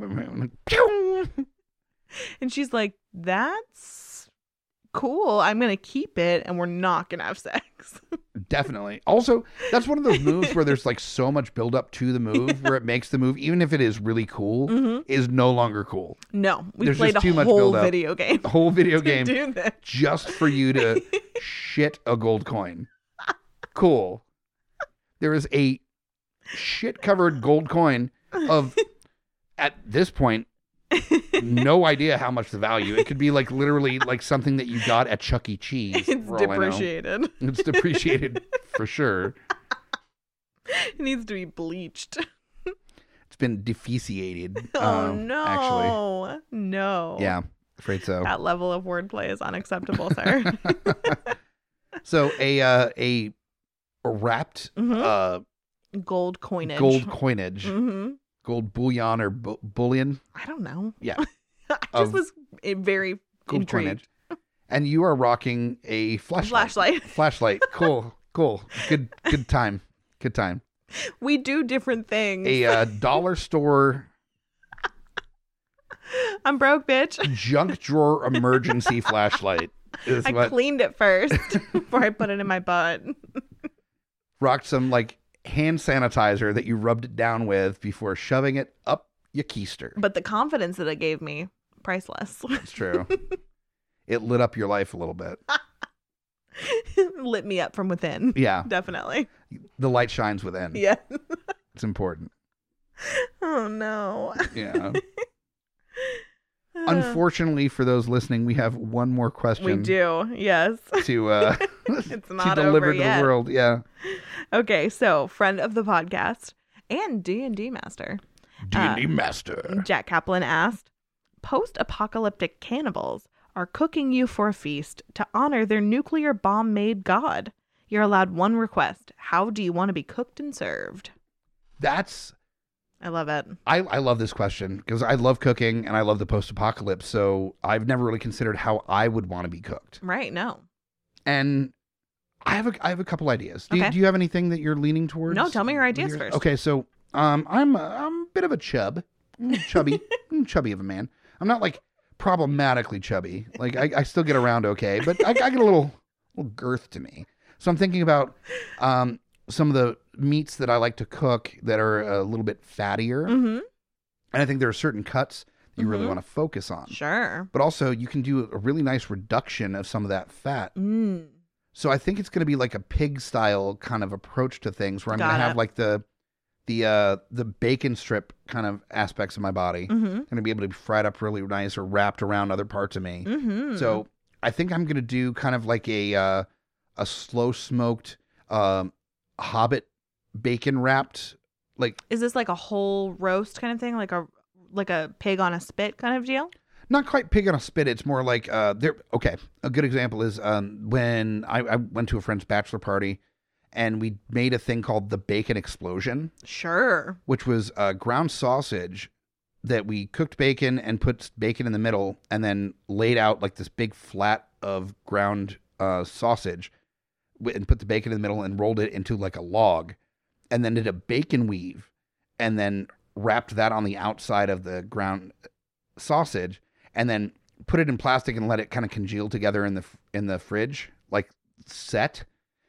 [SPEAKER 1] Pew.
[SPEAKER 2] And she's like, That's cool. I'm going to keep it and we're not going to have sex.
[SPEAKER 1] Definitely. Also, that's one of those moves where there's like so much build up to the move where it makes the move, even if it is really cool,
[SPEAKER 2] hmm
[SPEAKER 1] is no longer cool.
[SPEAKER 2] No, we
[SPEAKER 1] There's
[SPEAKER 2] played
[SPEAKER 1] just too
[SPEAKER 2] a
[SPEAKER 1] much
[SPEAKER 2] whole
[SPEAKER 1] buildup.
[SPEAKER 2] video game.
[SPEAKER 1] a whole video
[SPEAKER 2] to
[SPEAKER 1] game
[SPEAKER 2] do this.
[SPEAKER 1] just for you to shit a gold coin. cool. There is a shit covered gold coin of, at this point, no idea how much the value. It could be like literally like something that you got at Chuck E. Cheese.
[SPEAKER 2] It's
[SPEAKER 1] for all I know.
[SPEAKER 2] depreciated.
[SPEAKER 1] It's depreciated for sure.
[SPEAKER 2] It needs to be bleached.
[SPEAKER 1] It's been defeciated.
[SPEAKER 2] Oh
[SPEAKER 1] um,
[SPEAKER 2] no.
[SPEAKER 1] Actually,
[SPEAKER 2] No.
[SPEAKER 1] yeah, afraid so.
[SPEAKER 2] That level of wordplay is unacceptable, sir.
[SPEAKER 1] So a uh, a wrapped
[SPEAKER 2] Mhm.
[SPEAKER 1] uh,
[SPEAKER 2] Gold coinage.
[SPEAKER 1] gold coinage,
[SPEAKER 2] hmm
[SPEAKER 1] gold bullion or bu- bullion,
[SPEAKER 2] I don't know.
[SPEAKER 1] Yeah.
[SPEAKER 2] I just
[SPEAKER 1] Of-
[SPEAKER 2] was eh, very
[SPEAKER 1] gold
[SPEAKER 2] intrigued.
[SPEAKER 1] coinage, and you are rocking a flashlight.
[SPEAKER 2] Flashlight.
[SPEAKER 1] Flashlight. Cool. Cool. Good. Good time. Good time.
[SPEAKER 2] We do different things.
[SPEAKER 1] A uh, dollar store
[SPEAKER 2] I'm broke, bitch.
[SPEAKER 1] junk drawer emergency flashlight is
[SPEAKER 2] I
[SPEAKER 1] what
[SPEAKER 2] cleaned it first before I put it in my butt.
[SPEAKER 1] rocked some like hand sanitizer that you rubbed it down with before shoving it up your keister.
[SPEAKER 2] But the confidence that it gave me, priceless.
[SPEAKER 1] That's true. it lit up your life a little bit.
[SPEAKER 2] Lit me up from within.
[SPEAKER 1] Yeah,
[SPEAKER 2] Definitely.
[SPEAKER 1] the light shines within.
[SPEAKER 2] Yeah.
[SPEAKER 1] It's important.
[SPEAKER 2] Oh no.
[SPEAKER 1] Yeah.
[SPEAKER 2] Uh,
[SPEAKER 1] Unfortunately for those listening, we have one more question
[SPEAKER 2] we do. Yes.
[SPEAKER 1] to uh
[SPEAKER 2] It's
[SPEAKER 1] to
[SPEAKER 2] not
[SPEAKER 1] deliver
[SPEAKER 2] over
[SPEAKER 1] to
[SPEAKER 2] yet.
[SPEAKER 1] the world. Yeah.
[SPEAKER 2] Okay, so friend of the podcast and D&D master,
[SPEAKER 1] D&D master.
[SPEAKER 2] Jack Kaplan asked, "Post-apocalyptic cannibals are cooking you for a feast to honor their nuclear bomb-made god. You're allowed one request. How do you want to be cooked and served?"
[SPEAKER 1] That's
[SPEAKER 2] I love it.
[SPEAKER 1] I, I love this question because I love cooking and I love the post apocalypse. So I've never really considered how I would want to be cooked.
[SPEAKER 2] Right, no.
[SPEAKER 1] And I have a I have a couple ideas. Do, you
[SPEAKER 2] Okay.
[SPEAKER 1] do you have anything that you're leaning towards?
[SPEAKER 2] No, tell me your ideas
[SPEAKER 1] Yours-
[SPEAKER 2] first.
[SPEAKER 1] Okay, so um, I'm a, I'm a bit of a chub, Mm, chubby, Mm, chubby of a man. I'm not like problematically chubby. Like I, I still get around okay, but I, I get a little little girth to me. So I'm thinking about um, some of the meats that I like to cook that are a little bit fattier.
[SPEAKER 2] Mhm.
[SPEAKER 1] And I think there are certain cuts that you really
[SPEAKER 2] Mhm.
[SPEAKER 1] want to focus on.
[SPEAKER 2] Sure.
[SPEAKER 1] But also, you can do a really nice reduction of some of that fat.
[SPEAKER 2] Mm.
[SPEAKER 1] So I think it's going to be like a pig style kind of approach to things, where I'm going
[SPEAKER 2] Got
[SPEAKER 1] to have
[SPEAKER 2] it.
[SPEAKER 1] like the the uh, the bacon strip kind of aspects of my body.
[SPEAKER 2] Mhm.
[SPEAKER 1] I'm going to be able to be fried up really nice or wrapped around other parts of me.
[SPEAKER 2] Mhm.
[SPEAKER 1] So I think I'm going to do kind of like a uh, a slow smoked um, hobbit bacon wrapped like
[SPEAKER 2] is this like a whole roast kind of thing, like a like a pig on a spit kind of deal?
[SPEAKER 1] not quite pig on a spit. It's more like uh, there. Okay, a good example is um, when I, I went to a friend's bachelor party, and we made a thing called the bacon explosion,
[SPEAKER 2] Sure.
[SPEAKER 1] which was uh, ground sausage that we cooked bacon and put bacon in the middle, and then laid out like this big flat of ground uh, sausage, wi- and put the bacon in the middle and rolled it into like a log, and then did a bacon weave, and then wrapped that on the outside of the ground uh, sausage and then put it in plastic and let it kind of congeal together in the in the fridge like set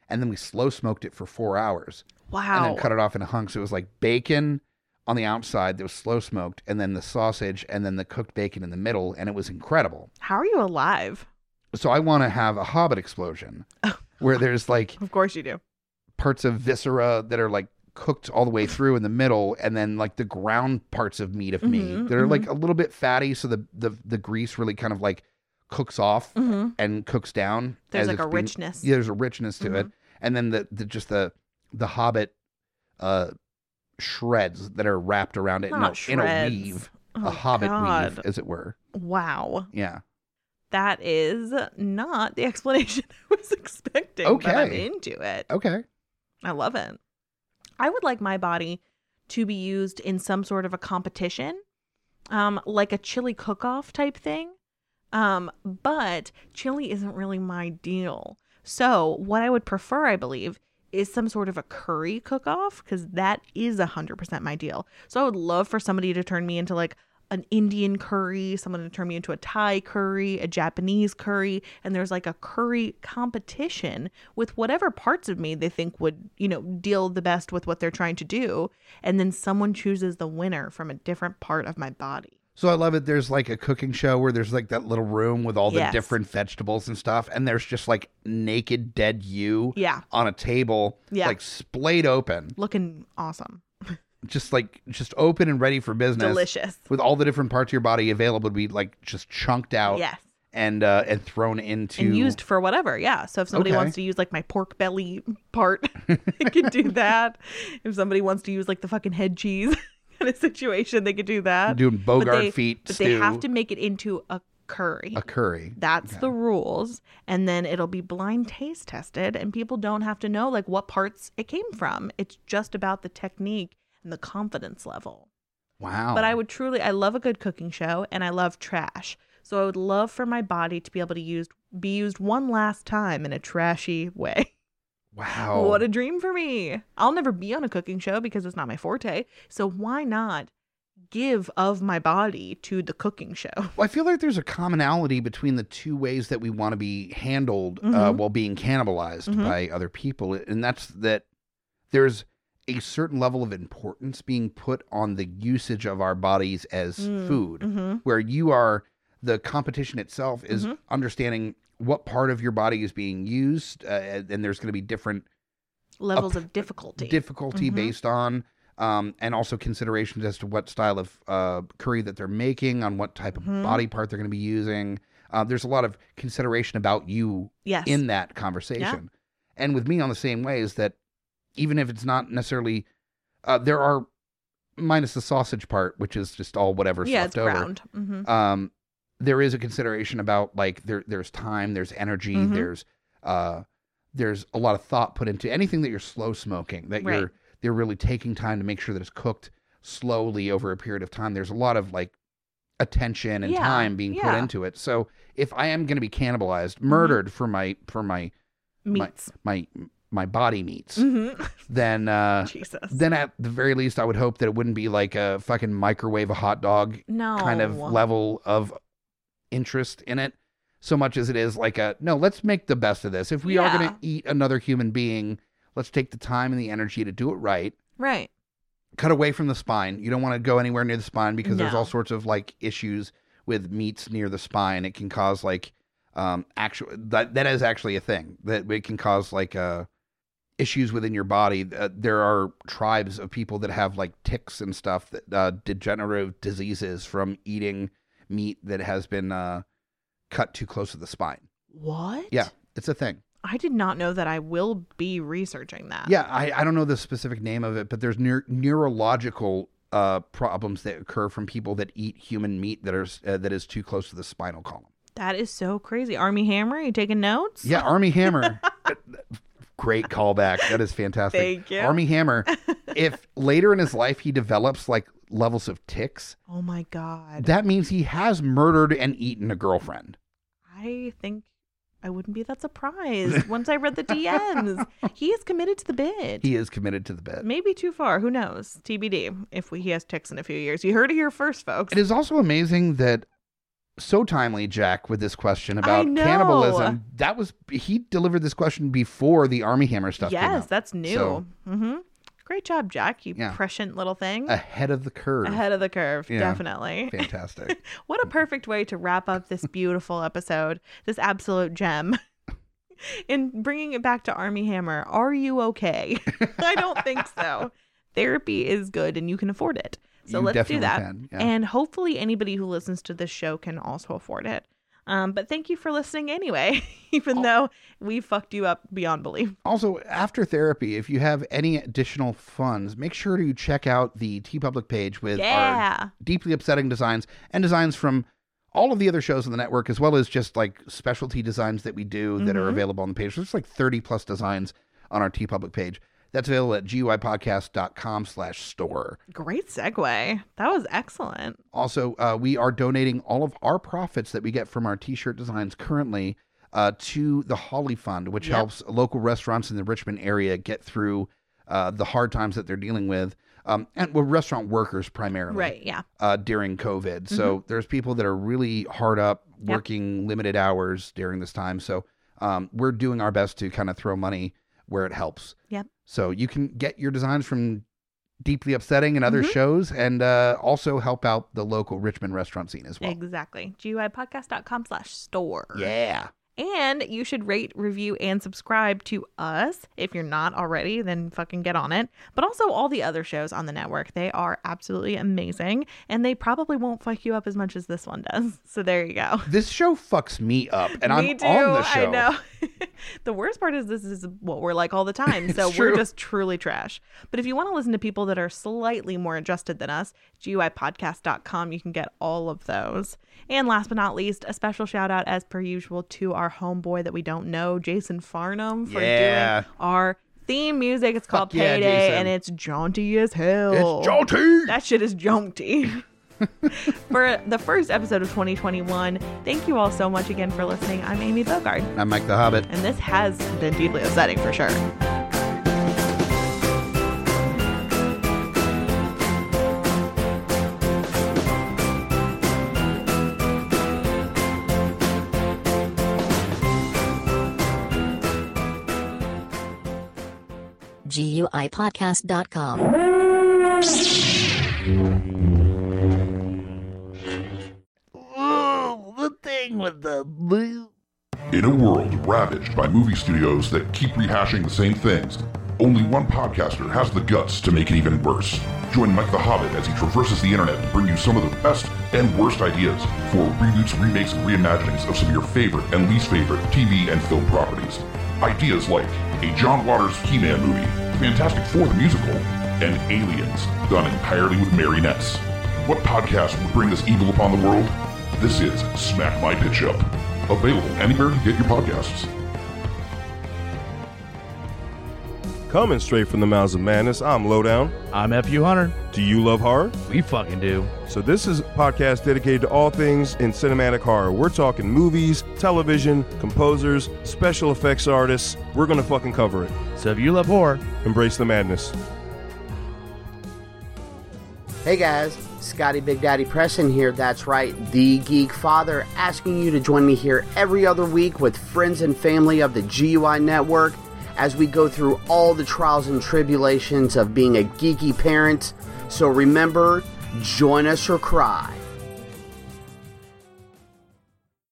[SPEAKER 1] and then we slow smoked it for 4 hours and
[SPEAKER 2] Wow.
[SPEAKER 1] then cut it off into hunks it was like bacon on the outside that was slow smoked and then the sausage and then the cooked bacon in the middle and it was incredible
[SPEAKER 2] How are you alive?
[SPEAKER 1] so i want to have a hobbit explosion
[SPEAKER 2] Oh.
[SPEAKER 1] where there's like
[SPEAKER 2] Of course you do.
[SPEAKER 1] parts of viscera that are like cooked all the way through in the middle and then like the ground parts of meat of me
[SPEAKER 2] Mhm,
[SPEAKER 1] that are like a little bit fatty so the the, the grease really kind of like cooks off
[SPEAKER 2] Mm-hmm.
[SPEAKER 1] and cooks down
[SPEAKER 2] There's
[SPEAKER 1] as
[SPEAKER 2] like
[SPEAKER 1] it's
[SPEAKER 2] a
[SPEAKER 1] being-
[SPEAKER 2] richness.
[SPEAKER 1] yeah, there's a richness to it
[SPEAKER 2] Mm-hmm.
[SPEAKER 1] and then the, the just the the hobbit uh shreds that are wrapped around it in
[SPEAKER 2] Not
[SPEAKER 1] a, in a
[SPEAKER 2] Ah, shreds.
[SPEAKER 1] weave
[SPEAKER 2] Oh,
[SPEAKER 1] a hobbit
[SPEAKER 2] God.
[SPEAKER 1] weave as it were
[SPEAKER 2] Wow.
[SPEAKER 1] yeah
[SPEAKER 2] That is not the explanation I was expecting. But I'm
[SPEAKER 1] Okay.
[SPEAKER 2] into it.
[SPEAKER 1] okay
[SPEAKER 2] I love it. I would like my body to be used in some sort of a competition, um, like a chili cook off type thing. Um, but chili isn't really my deal. So, what I would prefer, I believe, is some sort of a curry cook off because that is 100% my deal. So, I would love for somebody to turn me into like an Indian curry, someone to turn me into a Thai curry, a Japanese curry, and there's like a curry competition with whatever parts of me they think would, you know, deal the best with what they're trying to do. And then someone chooses the winner from a different part of my body.
[SPEAKER 1] So I love it. There's like a cooking show where there's like that little room with all the
[SPEAKER 2] Yes.
[SPEAKER 1] different vegetables and stuff, and there's just like naked dead you
[SPEAKER 2] Yeah.
[SPEAKER 1] on a table,
[SPEAKER 2] Yeah.
[SPEAKER 1] like splayed open,
[SPEAKER 2] Looking awesome.
[SPEAKER 1] just like just open and ready for business,
[SPEAKER 2] Delicious.
[SPEAKER 1] with all the different parts of your body available to be like just chunked out
[SPEAKER 2] Yes.
[SPEAKER 1] and uh, and thrown into
[SPEAKER 2] And used for whatever. Yeah. So if somebody
[SPEAKER 1] Okay.
[SPEAKER 2] wants to use like my pork belly part, they could do that. If somebody wants to use like the fucking head cheese kind of situation, they could do that.
[SPEAKER 1] doing Bogart
[SPEAKER 2] they-
[SPEAKER 1] feet
[SPEAKER 2] But
[SPEAKER 1] stew,
[SPEAKER 2] they have to make it into a curry.
[SPEAKER 1] a curry.
[SPEAKER 2] That's the rules. And then it'll be blind taste tested, and people don't have to know like what parts it came from. It's just about the technique and the confidence level.
[SPEAKER 1] Wow.
[SPEAKER 2] But I would truly, I love a good cooking show and I love trash. So I would love for my body to be able to use be used one last time in a trashy way.
[SPEAKER 1] wow.
[SPEAKER 2] What a dream for me. I'll never be on a cooking show because it's not my forte. So why not give of my body to the cooking show?
[SPEAKER 1] Well, I feel like there's a commonality between the two ways that we want to be handled uh,
[SPEAKER 2] Mhm.
[SPEAKER 1] while being cannibalized
[SPEAKER 2] Mhm.
[SPEAKER 1] by other people, and that's that there's a certain level of importance being put on the usage of our bodies as
[SPEAKER 2] Mm,
[SPEAKER 1] food,
[SPEAKER 2] Mm-hmm.
[SPEAKER 1] where you are the competition itself is
[SPEAKER 2] Mhm.
[SPEAKER 1] understanding what part of your body is being used, uh, and and there's going to be different
[SPEAKER 2] Levels of difficulty.
[SPEAKER 1] difficulty
[SPEAKER 2] Mhm.
[SPEAKER 1] based on um, and also considerations as to what style of uh, curry that they're making on what type of
[SPEAKER 2] Mhm.
[SPEAKER 1] body part they're going to be using uh, there's a lot of consideration about you
[SPEAKER 2] yes.
[SPEAKER 1] in that conversation and with me on the same way is that even if it's not necessarily uh, there are minus the sausage part which is just all whatever's
[SPEAKER 2] yeah,
[SPEAKER 1] left
[SPEAKER 2] it's
[SPEAKER 1] over
[SPEAKER 2] ground. Mm-hmm.
[SPEAKER 1] um, there is a consideration about like there there's time, there's energy,
[SPEAKER 2] Mhm.
[SPEAKER 1] there's uh, there's a lot of thought put into anything that you're slow smoking that
[SPEAKER 2] Right.
[SPEAKER 1] you're they're really taking time to make sure that it's cooked slowly over a period of time. There's a lot of like attention and
[SPEAKER 2] Yeah,
[SPEAKER 1] time being put
[SPEAKER 2] yeah. Mm-hmm.
[SPEAKER 1] into it. So if I am going to be cannibalized, murdered for my for my
[SPEAKER 2] Meats.
[SPEAKER 1] my my body meats,
[SPEAKER 2] Mm-hmm.
[SPEAKER 1] then uh,
[SPEAKER 2] Jesus.
[SPEAKER 1] then at the very least I would hope that it wouldn't be like a fucking microwave a hot dog
[SPEAKER 2] no.
[SPEAKER 1] kind of level of interest in it so much as it is like a no let's make the best of this if we are going
[SPEAKER 2] Yeah.
[SPEAKER 1] to eat another human being let's take the time and the energy to do it right
[SPEAKER 2] Right.
[SPEAKER 1] cut away from the spine you don't want to go anywhere near the spine because there's
[SPEAKER 2] No.
[SPEAKER 1] all sorts of like issues with meats near the spine it can cause like um actual that that is actually a thing that it can cause like uh issues within your body uh, there are tribes of people that have like ticks and stuff that uh, degenerative diseases from eating meat that has been uh cut too close to the spine
[SPEAKER 2] What?
[SPEAKER 1] yeah it's a thing
[SPEAKER 2] I did not know that I will be researching that.
[SPEAKER 1] yeah i i don't know the specific name of it but there's neur- neurological uh problems that occur from people that eat human meat that are s- uh, that is too close to the spinal column
[SPEAKER 2] That is so crazy. Army Hammer, you taking notes?
[SPEAKER 1] Yeah, Army Hammer. Great callback. That is fantastic.
[SPEAKER 2] Thank you.
[SPEAKER 1] Army Hammer. If later in his life he develops like levels of ticks,
[SPEAKER 2] Oh my God.
[SPEAKER 1] that means he has murdered and eaten a girlfriend.
[SPEAKER 2] I think I wouldn't be that surprised once I read the DMs. he is committed to the bid.
[SPEAKER 1] He is committed to the bit.
[SPEAKER 2] Maybe too far. Who knows? TBD. If we, he has ticks in a few years. You heard it here first, folks.
[SPEAKER 1] It is also amazing that so timely, Jack, with this question about
[SPEAKER 2] know.
[SPEAKER 1] cannibalism. That was he delivered this question before the Army Hammer stuff. came
[SPEAKER 2] yes,
[SPEAKER 1] out.
[SPEAKER 2] that's new.
[SPEAKER 1] So-
[SPEAKER 2] hmm Great job, Jack. You
[SPEAKER 1] Yeah.
[SPEAKER 2] prescient little thing.
[SPEAKER 1] ahead of the curve.
[SPEAKER 2] Ahead of the curve,
[SPEAKER 1] Yeah.
[SPEAKER 2] definitely.
[SPEAKER 1] Fantastic.
[SPEAKER 2] What a perfect way to wrap up this beautiful episode, this absolute gem. In bringing it back to Army Hammer, are you okay? I don't think so. Therapy is good and you can afford it. So
[SPEAKER 1] You
[SPEAKER 2] let's do
[SPEAKER 1] definitely
[SPEAKER 2] that.
[SPEAKER 1] can, yeah.
[SPEAKER 2] And hopefully, anybody who listens to this show can also afford it. Um, but thank you for listening anyway,
[SPEAKER 1] Oh.
[SPEAKER 2] even though we fucked you up beyond belief.
[SPEAKER 1] Also, after therapy, if you have any additional funds, make sure to check out the T Public page with our
[SPEAKER 2] Yeah.
[SPEAKER 1] deeply upsetting designs and designs from all of the other shows on the network, as well as just like specialty designs that we do that are
[SPEAKER 2] Mhm.
[SPEAKER 1] available on the page. There's like 30 plus designs on our T Public page. That's available at guipodcast.com slash store.
[SPEAKER 2] Great segue. That was excellent.
[SPEAKER 1] Also, uh, we are donating all of our profits that we get from our T-shirt designs currently uh, to the Holly Fund, which
[SPEAKER 2] Yep.
[SPEAKER 1] helps local restaurants in the Richmond area get through uh, the hard times that they're dealing with, um, and well, restaurant workers primarily
[SPEAKER 2] Right. Yeah.
[SPEAKER 1] uh, during COVID. So there's people that are really hard up,
[SPEAKER 2] Mm-hmm. Yep.
[SPEAKER 1] working limited hours during this time. So um, we're doing our best to kind of throw money where it helps.
[SPEAKER 2] Yep.
[SPEAKER 1] So you can get your designs from deeply upsetting and other
[SPEAKER 2] Mhm.
[SPEAKER 1] shows, and uh, also help out the local Richmond restaurant scene as well.
[SPEAKER 2] Exactly. GUIpodcast.com slash store.
[SPEAKER 1] Yeah.
[SPEAKER 2] And you should rate, review, and subscribe to us. If you're not already, then fucking get on it. But also all the other shows on the network. They are absolutely amazing. And they probably won't fuck you up as much as this one does. So there you go.
[SPEAKER 1] This show fucks me up, and
[SPEAKER 2] Me
[SPEAKER 1] I'm
[SPEAKER 2] too.
[SPEAKER 1] on the show.
[SPEAKER 2] I know. the worst part is this is what we're like all the time. So
[SPEAKER 1] It's
[SPEAKER 2] we're
[SPEAKER 1] true.
[SPEAKER 2] just truly trash. But if you want to listen to people that are slightly more adjusted than us, GUIpodcast.com, you can get all of those. And last but not least, a special shout out as per usual to our homeboy that we don't know, Jason Farnham, for
[SPEAKER 1] Yeah.
[SPEAKER 2] doing our theme music. It's called
[SPEAKER 1] Fuck yeah,
[SPEAKER 2] Payday
[SPEAKER 1] Jason.
[SPEAKER 2] and it's jaunty as hell.
[SPEAKER 1] It's jaunty.
[SPEAKER 2] That shit is jumpty. for the first episode of 2021, thank you all so much again for listening. I'm Amy Bogard,
[SPEAKER 1] I'm Mike the Hobbit.
[SPEAKER 2] and this has been deeply upsetting for sure.
[SPEAKER 3] GUIPodcast.com.
[SPEAKER 1] Ooh, the thing with the blue.
[SPEAKER 4] In a world ravaged by movie studios that keep rehashing the same things, only one podcaster has the guts to make it even worse. Join Mike the Hobbit as he traverses the internet to bring you some of the best and worst ideas for reboots, remakes, and reimaginings of some of your favorite and least favorite TV and film properties. Ideas like a John Waters He Man movie, Fantastic Four the musical, and Aliens, done entirely with marionettes. What podcast would bring this evil upon the world? This is Smack My Pitch Up. Available anywhere you get your podcasts.
[SPEAKER 5] Coming straight from the mouths of madness, I'm Lowdown.
[SPEAKER 6] I'm FU Hunter.
[SPEAKER 5] Do you love horror?
[SPEAKER 6] We fucking do.
[SPEAKER 5] So this is a podcast dedicated to all things in cinematic horror. We're talking movies, television, composers, special effects artists. We're gonna fucking cover it.
[SPEAKER 6] So if you love horror,
[SPEAKER 5] Embrace the madness.
[SPEAKER 7] Hey guys, Scotty Big Daddy Preston here. That's right, the Geek Father, asking you to join me here every other week with friends and family of the GUI Network as we go through all the trials and tribulations of being a geeky parent. So remember, join us or cry.